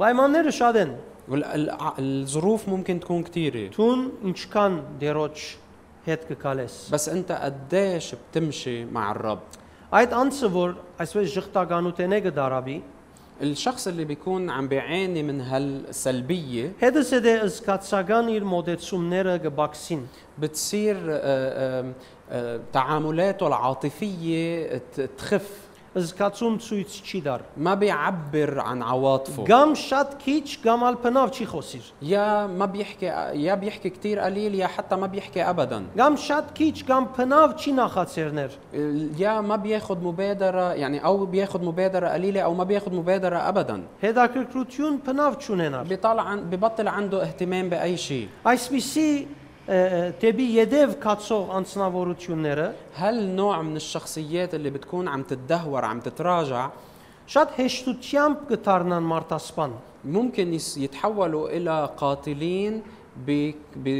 Speaker 1: Պայմանները շատ են։
Speaker 2: والظروف ممكن تكون كثيرة
Speaker 1: Տուն ինչքան դերոջ հետ կգալես։
Speaker 2: بس انت قديش بتمشي مع الرب
Speaker 1: Այդ անձը, որ այսպես շղտականութեն է գդարաբի,
Speaker 2: الشخص اللي بيكون عم بيعاني من هالسلبية
Speaker 1: հետս է դե զգացական իր մոտեցումները գբաքսին։
Speaker 2: بتصير آه، آم، آه، تعاملاته العاطفية ت- تخف
Speaker 1: Զգացում ցույց չի դար։
Speaker 2: ما بيعبر عن عواطفه
Speaker 1: Գամ շատ քիչ, գամ ալ փնավ չի խոսիր։
Speaker 2: يا ما بيحكي يا بيحكي كثير قليل يا حتى ما بيحكي ابدا
Speaker 1: Գամ շատ քիչ, գամ փնավ չի նախացերներ։
Speaker 2: يا ما بياخد مبادرة يعني او بياخد مبادرة قليلة او ما بياخد مبادرة ابدا
Speaker 1: Հետաքրքրություն փնավ չունենար։
Speaker 2: بيطلع عن ببطل عنده اهتمام باي شيء
Speaker 1: Այսպիսի տեբի յեդև կացող անձնավորությունները
Speaker 2: هل نوع من الشخصيات اللي بتكون عم تتدهور عم تتراجع
Speaker 1: շատ հեշտությամբ կդառնան մարտասպան։
Speaker 2: ممكن يس- يتحولوا الى قاتلين ب-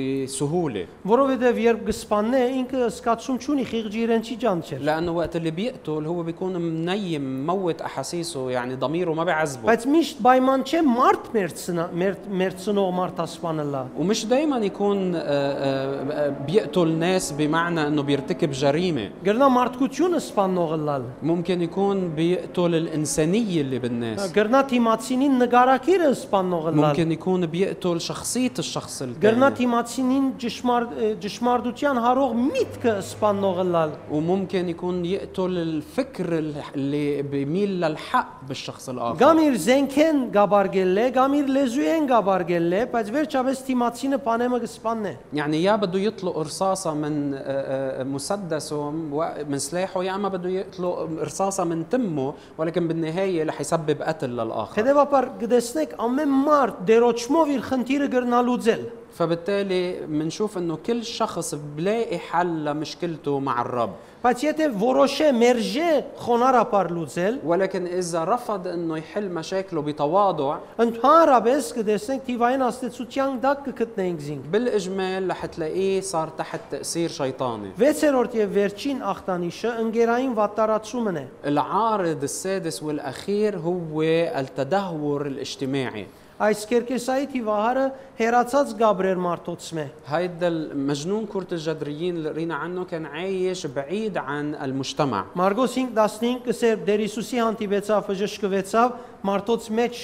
Speaker 2: بسهولة
Speaker 1: Որովհետև երբ գսպանն է ինքը սկացում չունի խիղճի իրեն չի ջանչել։
Speaker 2: لانه وقت اللي بيقتل هو بيكون منيم موت احاسيسه يعني ضميره ما بيعذبه
Speaker 1: Բայց միշտ պայման չէ մարդ մերցնա մեր- մերցնող մարտասպանը լա։
Speaker 2: ومش دائما يكون آه، آه، بيقتل ناس بمعنى انه بيرتكب جريمه
Speaker 1: Գրնա մարդկությունը սպանողը լալ։
Speaker 2: ممكن يكون بيقتل الانسانيه اللي بالناس
Speaker 1: Գրնա թիմացինին նկարակիրը սպանողը լալ։
Speaker 2: ممكن يكون بيقتل شخصيه الشخص
Speaker 1: Գրնա
Speaker 2: سلطانه
Speaker 1: դիմացինին ճշմարտ ճշմարտության հարող միտքը սպանողը լալ։
Speaker 2: وممكن يكون يقتل الفكر الح- اللي بيميل للحق بالشخص الاخر
Speaker 1: Գամ իր զենքեն գաբարգել է, գամ իր լեզուեն գաբարգել է, բայց վերջապես դիմացինը բանեմը կսպաննե։
Speaker 2: يعني يا بده يطلق رصاصة من آه، آه، مسدسه و- من سلاحه يا اما بده يطلق رصاصة من تمه ولكن بالنهاية رح يسبب قتل للاخر
Speaker 1: Հետևաբար գտեսնեք ամեն մարդ դերոճմով իր խնդիրը գրնալուծել։
Speaker 2: فبالتالي بنشوف انه كل شخص بلاقي حل لمشكلته مع الرب
Speaker 1: Բայց եթե որոշե մերժե խոնարհապար լուծել,
Speaker 2: ولكن اذا رفض انه يحل مشاكله بتواضع
Speaker 1: ընդհանրապես կտեսնենք դիվային աստեցության դակ կգտնենք զինք։
Speaker 2: بالاجمال رح تلاقيه صار تحت تاثير شيطاني
Speaker 1: 6-րդ եւ վերջին ախտանիշը ընկերային վատարացումն է։
Speaker 2: العارض السادس والاخير هو التدهور الاجتماعي
Speaker 1: Այս Կերկեսայի թիվահարը հերացած Գաբրիել Մարտոցում է։
Speaker 2: هيدا المجنون كرة الجدريين اللي قرينا عنه كان عايش بعيد عن المجتمع
Speaker 1: Մարգոս 5:15 կսեր Դեր Հիսուսի հանդիպեցավ, բժշկվեցավ, Մարտոց մեջ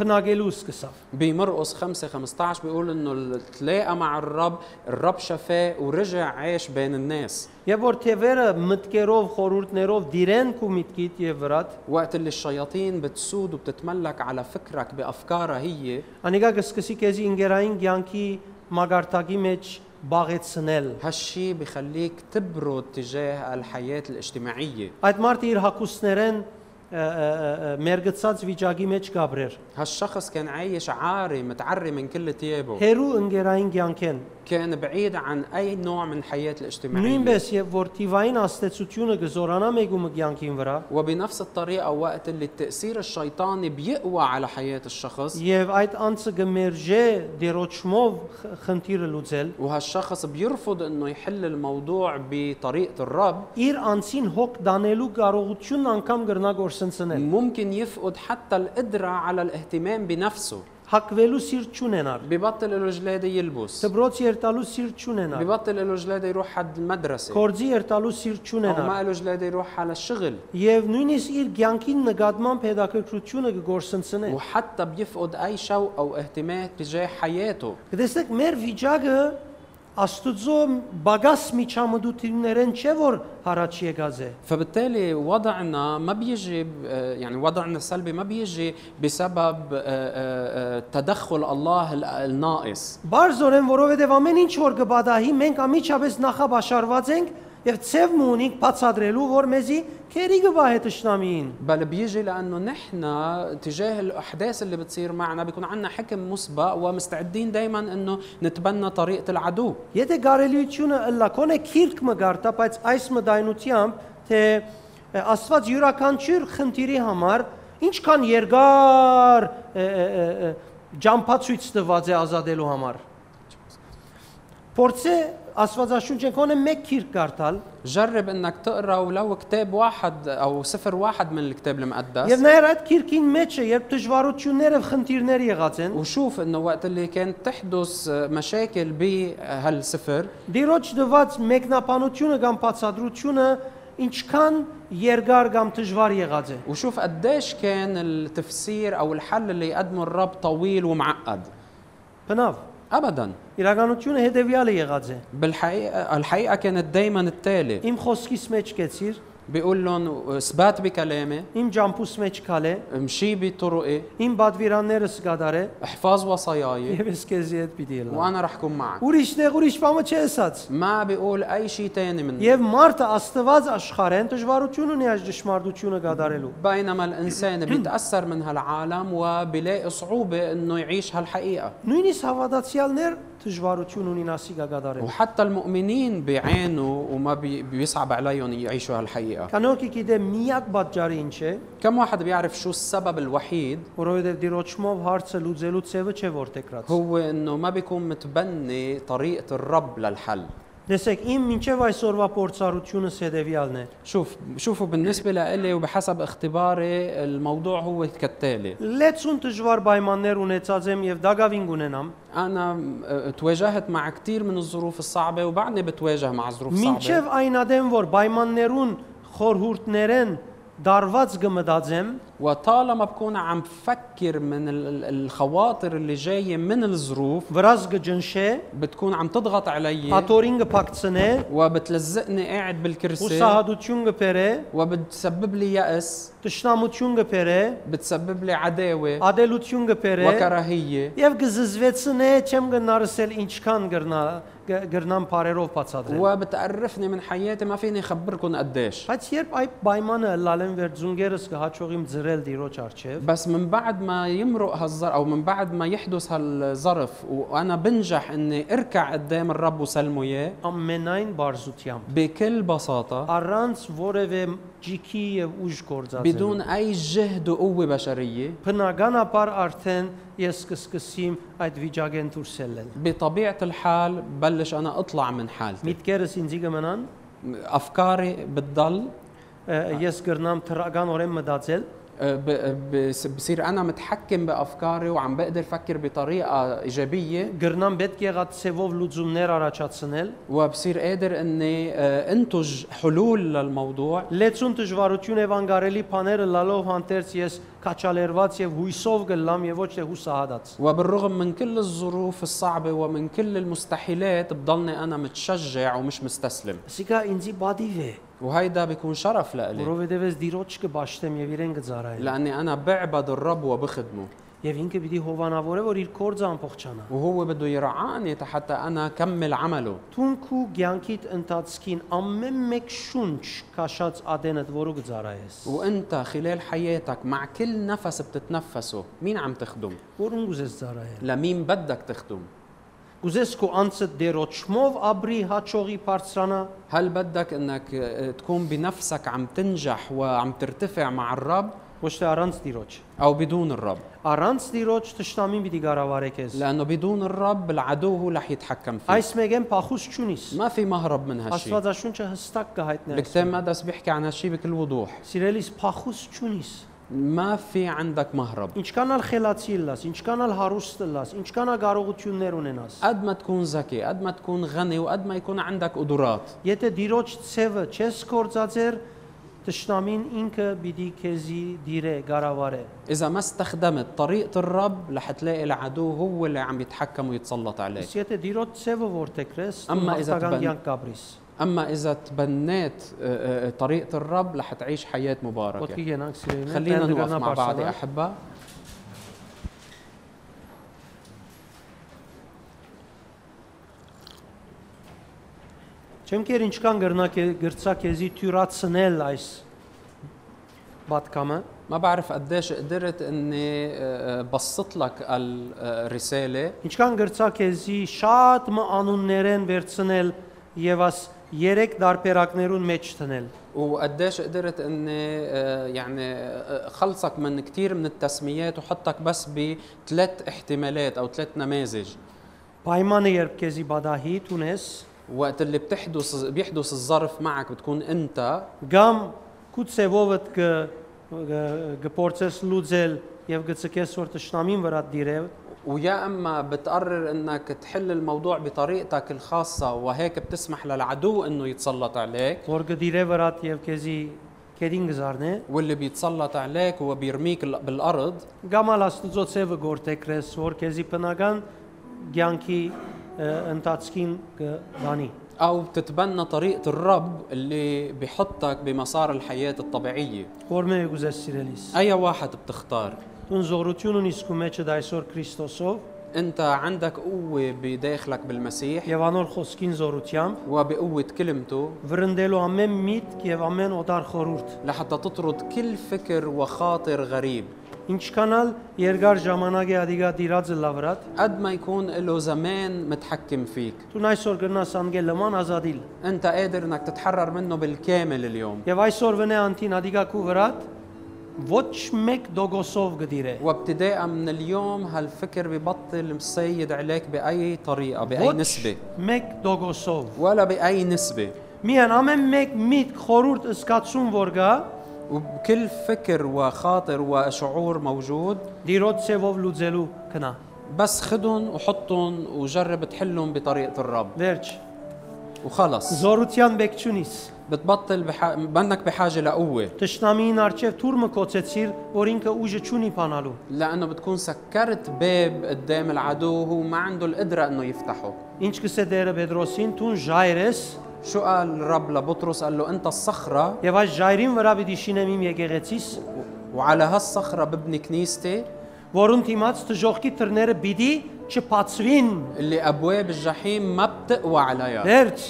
Speaker 1: փնագելու սկսավ։
Speaker 2: بمرقس 5 15 بيقول انه تلاقى مع الرب الرب شفاه ورجع عاش بين الناس
Speaker 1: Եվ որ թևերը մտկերով, խորուրդներով դիրեն ու միտքիդ եւ վրատ,
Speaker 2: وقت اللي الشياطين بتسود وبتتملك على فكرك بافكارها هي
Speaker 1: անիկա կսկսի քեզի ինգերային ցանկի մագարտակի մեջ բաղեցնել։
Speaker 2: هالشي بخليك تبرد تجاه الحياة الاجتماعية
Speaker 1: Այդ մարդը իր հակուսներեն մերգծած վիճակի մեջ Գաբրիել։
Speaker 2: هالشخص كان عايش عاري متعري من كل ثيابه
Speaker 1: Հերու ընկերային ցանկեն
Speaker 2: كان بعيد عن اي نوع من الحياة الاجتماعية
Speaker 1: Նույնպես եւ որ թիվային աստեցությունը գզորանա մեգումը ցանկին վրա
Speaker 2: وبنفس الطريقة وقت اللي التأثير الشيطاني بيقوى على حياة الشخص
Speaker 1: եւ այդ անձը գմերժե դերոճմով խ- խնդիրը լուծել
Speaker 2: وهالشخص بيرفض انه يحل الموضوع بطريقة الرب
Speaker 1: իր անձին հոգ դանելու կարողությունն անգամ գրնա գործընծնել
Speaker 2: ممكن يفقد حتى القدرة على الاهتمام بنفسه
Speaker 1: հակվելու սիրտ չունենալ
Speaker 2: ببطل له جلادة يلبس
Speaker 1: դբրոց երտալու սիրտ չունենալ
Speaker 2: ببطل له جلادة يروح حد المدرسة
Speaker 1: կորձի երտալու սիրտ
Speaker 2: أو
Speaker 1: չունենալ
Speaker 2: ما له جلادة يروح على الشغل
Speaker 1: եւ նույնիսկ իր ցանկին նկատմամբ հետաքրքրությունը կգործընծնեն
Speaker 2: وحتى بيفقد أي شوق أو اهتمام تجاه حياته
Speaker 1: Գտեսեք մեր վիճակը աստուծո բագաս միջամդություններեն չէ որ հարաճ եկած է
Speaker 2: فبالتالي وضعنا ما بيجي آه، يعني وضعنا السلبي ما بيجي بسبب آه، آه، آه، تدخل الله ال- الناقص
Speaker 1: Բարձորեն, որովհետև ամեն ինչ որ կբադահի, մենք ամիջապես նախաբաշարված ենք եւ ցև մունիկ բացադրելու, որ մեզի քերի գվահե տշնամին։
Speaker 2: بل بيجي لانه نحن تجاه الاحداث اللي بتصير معنا بيكون عندنا حكم مسبق ومستعدين دائما انه نتبنى طريقه العدو
Speaker 1: Եթե գարելիությունը լակոն է քիրք մգարտա, բայց այս մտայնությամբ, թե ը, Աստված յուրաքանչյուր խնդիրի համար ինչքան երկար ը, ը, ը, ը, ջամփացույց տված է ազատելու համար։ Փորձե Աստվածաշունչը կոնե մեկ քիրք կարդալ
Speaker 2: جرب انك تقرا ولو كتاب واحد او سفر واحد من الكتاب
Speaker 1: եւ
Speaker 2: المقدس
Speaker 1: նայր այդ քիրքին մեջը, երբ դժվարություններ եւ խնդիրներ եղած են,
Speaker 2: وشوف انه وقت اللي كانت تحدث مشاكل بهالسفر
Speaker 1: Դիրոջ դված մեկնաբանությունը կամ բացադրությունը ինչքան երկար կամ դժվար եղած է։
Speaker 2: وشوف قديش كان التفسير او الحل اللي يقدمه الرب طويل ومعقد
Speaker 1: Բնավ,
Speaker 2: ابدا
Speaker 1: իրականությունը հետևյալը եղած է։
Speaker 2: بالحقيقه الحقيقه كانت دائما التالي
Speaker 1: Իմ խոսքիս մեջ կեցիր,
Speaker 2: بيقول لهم اثبات بكلامي
Speaker 1: իմ ջամփուս մեջ քալե,
Speaker 2: امشي بطرقي
Speaker 1: իմ բադվիրաններս կդարե
Speaker 2: احفظ وصاياي
Speaker 1: եւ ես քեզի հետ պիտի ելնա։
Speaker 2: وانا رح كون معك
Speaker 1: Ուրիշտեղ ուրիշ բամը չեսած։
Speaker 2: ما بيقول اي شيء تاني من
Speaker 1: Եվ մարդը Աստված աշխարհեն դժվարություն ունի այս ճշմարտությունը կդարելու։
Speaker 2: بينما الانسان بيتاثر من هالعالم وبيلاقي صعوبه انه يعيش هالحقيقه
Speaker 1: Նույնիսկ հավատացյալներ դժվարություն ունին ASCII կդարելու։
Speaker 2: وحتى المؤمنين بيعانوا وما بي- بيصعب عليهم يعيشوا هالحقيقه
Speaker 1: Կանոկի գիտե միակ պատճառը ինչ է,
Speaker 2: كم واحد بيعرف شو السبب الوحيد
Speaker 1: որովհետև դիրոճմով հարցը լուծելու ցևը չէ որտեգրած։
Speaker 2: هو انه ما بيكون متبني طريقه الرب للحل
Speaker 1: Տեսեք, իմ մինչև այսօրվա փորձառությունս հետևյալն է։
Speaker 2: شوف شوفوا بالنسبه لإلي وبحسب اختباري الموضوع هو كالتالي
Speaker 1: Լեցուն դժվար պայմաններ ունեցած եմ եւ դակավին ունենամ,
Speaker 2: انا آه، تواجهت مع كثير من الظروف الصعبه وبعدني بتواجه مع ظروف صعبه
Speaker 1: մինչև այն ադեմ, որ պայմաններուն խորհուրդներեն դարված կմտածեմ,
Speaker 2: وطالما بكون عم بفكر من ال- ال- الخواطر اللي جايه من الظروف
Speaker 1: վրաս կջնշե,
Speaker 2: بتكون عم تضغط علي
Speaker 1: աթորին կփակցնե,
Speaker 2: وبتلزقني قاعد بالكرسي
Speaker 1: ուսահատություն կբերե,
Speaker 2: وبتسبب لي يأس
Speaker 1: տշնամություն կբերե,
Speaker 2: بتسبب لي عداوة
Speaker 1: ադելություն կբերե,
Speaker 2: وكراهية
Speaker 1: եւ կզզվեցնե, չեմ գնարսել ինչքան գրնա գրնամ բարերով բացատրել։
Speaker 2: وبتقرفني من حياتي ما فيني أخبركم قديش
Speaker 1: Բայց երբ այդ պայմանը լալեմ վեր ձունգերս կհաջողիմ ձրել դիրոջ արչև,
Speaker 2: بس من بعد ما يمرق هالظرف او من بعد ما يحدث هالظرف وانا بنجح اني اركع قدام الرب وسلمه اياه
Speaker 1: ամենայն բարզությամբ
Speaker 2: بكل
Speaker 1: آه،
Speaker 2: بساطه
Speaker 1: առանց որևէ ճիքի եւ ուժ գործածելու
Speaker 2: بدون اي جهد وقوه بشريه
Speaker 1: Բնականաբար արդեն ես կսկսեմ այդ վիճակեն դուրս ելնել։
Speaker 2: بطبيعه الحال بلش انا اطلع من حالتي
Speaker 1: Միտքերս ինձ կմնան,
Speaker 2: افكاري بتضل
Speaker 1: ը, ես կգրնամ թրական օրեն մտածել,
Speaker 2: أه، ب- بس- بصير انا متحكم بافكاري وعم بقدر فكر بطريقه ايجابيه
Speaker 1: կգրնամ պետք եղած ցևով լուծումներ առաջացնել,
Speaker 2: وبصير قادر اني أه، انتج حلول للموضوع
Speaker 1: լեցուն դժվարություն եւ անկարելի բաները լալով հանդերձ ես քաչալերված եւ հույսով գլամ եւ ոչ թե հուսահատած։
Speaker 2: وبالرغم من كل الظروف الصعبة ومن كل المستحيلات بضلني أنا متشجع ومش مستسلم
Speaker 1: Սիկա ինձի բադիվ է,
Speaker 2: وهيدا بيكون شرف لإلي
Speaker 1: որովհետեւ ես դիրոջ կբաշտեմ եւ իրեն կծարայեմ։
Speaker 2: لأني أنا بعبد الرب وبخدمه
Speaker 1: Եվ ինքը պիտի հովանավորե, որ իր կորձը ամփոխչանա։
Speaker 2: وهو بده يرعاني حتى أنا كمل عمله
Speaker 1: Տունքու ցանկիտ ընդածքին ամեն մեկ շունչ քաշած ադենդ որու գծարայես։
Speaker 2: وأنت خلال حياتك مع كل نفس بتتنفسه مين عم تخدم؟
Speaker 1: Որուն գուզես ծարայել։
Speaker 2: لمين بدك تخدم؟
Speaker 1: Գուզես քո անցը դերոճմով ապրի հաճողի բարձրանա,
Speaker 2: هل بدك انك آه، تكون بنفسك عم تنجح وعم ترتفع مع الرب
Speaker 1: ոչ թե առանց ծիրոջ։
Speaker 2: او بدون الرب؟
Speaker 1: Առանց ծիրոջ ճշտամին պիտի գարավարեք ես։
Speaker 2: لانه بدون الرب العدو هو رح يتحكم فيك
Speaker 1: Այս մեկեն փախուս չունիս։
Speaker 2: ما في مهرب من هالشيء
Speaker 1: Աստվածաշունչը հստակ կհայտնի։
Speaker 2: الكتاب المقدس بيحكي عن هالشيء بكل وضوح
Speaker 1: Սիրելիս փախուս չունիս։
Speaker 2: ما في عندك مهرب
Speaker 1: Ինչքանալ խելացի լաս, ինչքանալ հարուստ լաս, ինչքանալ կարողություններ ունենաս։
Speaker 2: قد ما تكون ذكي قد ما تكون غني وقد ما يكون عندك قدرات
Speaker 1: Եթե ծիրոջ ցևը չես կործածեր, ճշտամին ինքը պիտի քեզի դիրե, գարավարե։
Speaker 2: اذا ما استخدمت طريقه الرب رح تلاقي العدو هو اللي عم يتحكم ويتسلط عليك
Speaker 1: Իսկ եթե ծիրոջ ցևը որտեքրես,
Speaker 2: Ամմա իզա տբան-
Speaker 1: յանք կապրիս։
Speaker 2: اما اذا تبنيت آه، آه، طريقه الرب رح تعيش حياه مباركه
Speaker 1: Ոտքի գնանք սիրելին։
Speaker 2: خلينا نوقف مع بعض يا احبه
Speaker 1: Չեմքեր ինչքան գրնակ է գրծա քեզի թյուրացնել այս պատկամը։
Speaker 2: ما بعرف قديش قدرت اني آه، آه، بسط لك ال- آه، الرساله
Speaker 1: Ինչքան գրծա քեզի շատ մը անուններեն վերցնել եւ աս երեք դարբերակներուն մեջ տնել։
Speaker 2: وقديش قدرت اني آه، يعني آه، خلصك من كثير من التسميات وحطك بس بثلاث احتمالات او ثلاث نماذج
Speaker 1: Պայմանը երբ քեզի բադահիտ ունես,
Speaker 2: وقت اللي بتحدث بيحدث الظرف معك بتكون انت
Speaker 1: Գամ կուցեվովդ գ գործես լուծել եւ գցկես որ ճշնամին վրա դիրև
Speaker 2: ويا اما بتقرر انك تحل الموضوع بطريقتك الخاصه وهيك بتسمح للعدو انه يتسلط عليك
Speaker 1: որ գդիրե վրա եւ քեզի քերին գզարնե
Speaker 2: واللي بيتسلط عليك هو بيرميك ال- بالارض
Speaker 1: գամ ալ աստուծո ցևը գործեքրես որ քեզի բնական ցանկի ընտածքին կդանի
Speaker 2: او بتتبنى طريقه الرب اللي بيحطك بمسار الحياه الطبيعيه
Speaker 1: որ մե գուզես սիրելիս
Speaker 2: اي واحد بتختار
Speaker 1: տուն զորություն ունիս քո մեջը դայսօր քրիստոսով
Speaker 2: انت عندك قوه بداخلك بالمسيح
Speaker 1: եւ անոր խոսքին զորությամբ
Speaker 2: وبقوه كلمته
Speaker 1: վրընդելու ամեն միտք եւ ամեն օտար խորուրդ
Speaker 2: لحتى تطرد كل فكر وخاطر غريب
Speaker 1: ինչքանալ երկար ժամանակի ադիգա դիրածը լավրատ
Speaker 2: قد ما يكون له زمان متحكم فيك
Speaker 1: Դու այսօր գնաս անգել լման ազատիլ։
Speaker 2: انت قادر انك تتحرر منه بالكامل اليوم
Speaker 1: Եվ այսօր վնե անտին ադիգակու վրա ոչ մեկ դոգոսով գդիրե։
Speaker 2: وابتداء من اليوم هالفكر ببطل مسيد عليك باي طريقه باي
Speaker 1: Ոչ
Speaker 2: نسبه
Speaker 1: մեկ դոգոսով։
Speaker 2: ولا باي نسبه
Speaker 1: Միան ամեն մեկ միտ խորուրդ սկացում որ գա,
Speaker 2: وكل فكر وخاطر وشعور موجود
Speaker 1: դիրոց ցևով լուծելու կնա։
Speaker 2: بس خدهم وحطهم وجرب تحلهم بطريقه الرب
Speaker 1: Վերջ։
Speaker 2: وخلص
Speaker 1: Զորության բեկ չունիս։
Speaker 2: بتبطل بح... بدك بحاجه لقوه
Speaker 1: Տշնամիին արջև թուրմը կոծեցիր, որ ինքը ուժը չունի բանալու։
Speaker 2: لانه بتكون سكرت باب قدام العدو وهو ما عنده القدره انه يفتحه
Speaker 1: Ինչ կսե դերը Պետրոսին՝ «Տուն ժայրես»
Speaker 2: شو قال الرب لبطرس قال له انت الصخره
Speaker 1: եւ այս ժայրին վրա պիտի շինեմ իմ եկեղեցիս,
Speaker 2: وعلى هالصخره ببني كنيستي
Speaker 1: որոնց իմաց դժողքի դռները պիտի չփածվին։
Speaker 2: اللي ابواب الجحيم ما بتقوى عليها
Speaker 1: Վերջ։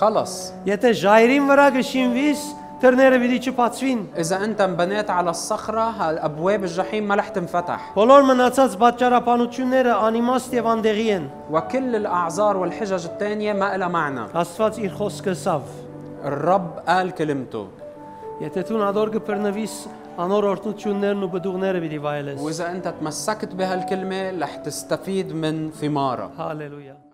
Speaker 2: خلص
Speaker 1: Եթե ժայրին վրա գշինվիս, դռները պիտի չփածվին։
Speaker 2: اذا انت انبنيت على الصخره هالابواب الجحيم ما رح تنفتح
Speaker 1: Բոլոր մնացած պատճառաբանությունները անիմաստ եւ անդեղի են։
Speaker 2: وكل الاعذار والحجج الثانيه ما لها معنى
Speaker 1: Աստված իր խոսքը սավ։
Speaker 2: الرب قال كلمته
Speaker 1: Եթե դու նador կբռնվիս, անոր օրտնություններն ու բդուղները պիտի վայելես։
Speaker 2: واذا انت تمسكت بهالكلمه رح تستفيد من ثمارها
Speaker 1: Հալելույա։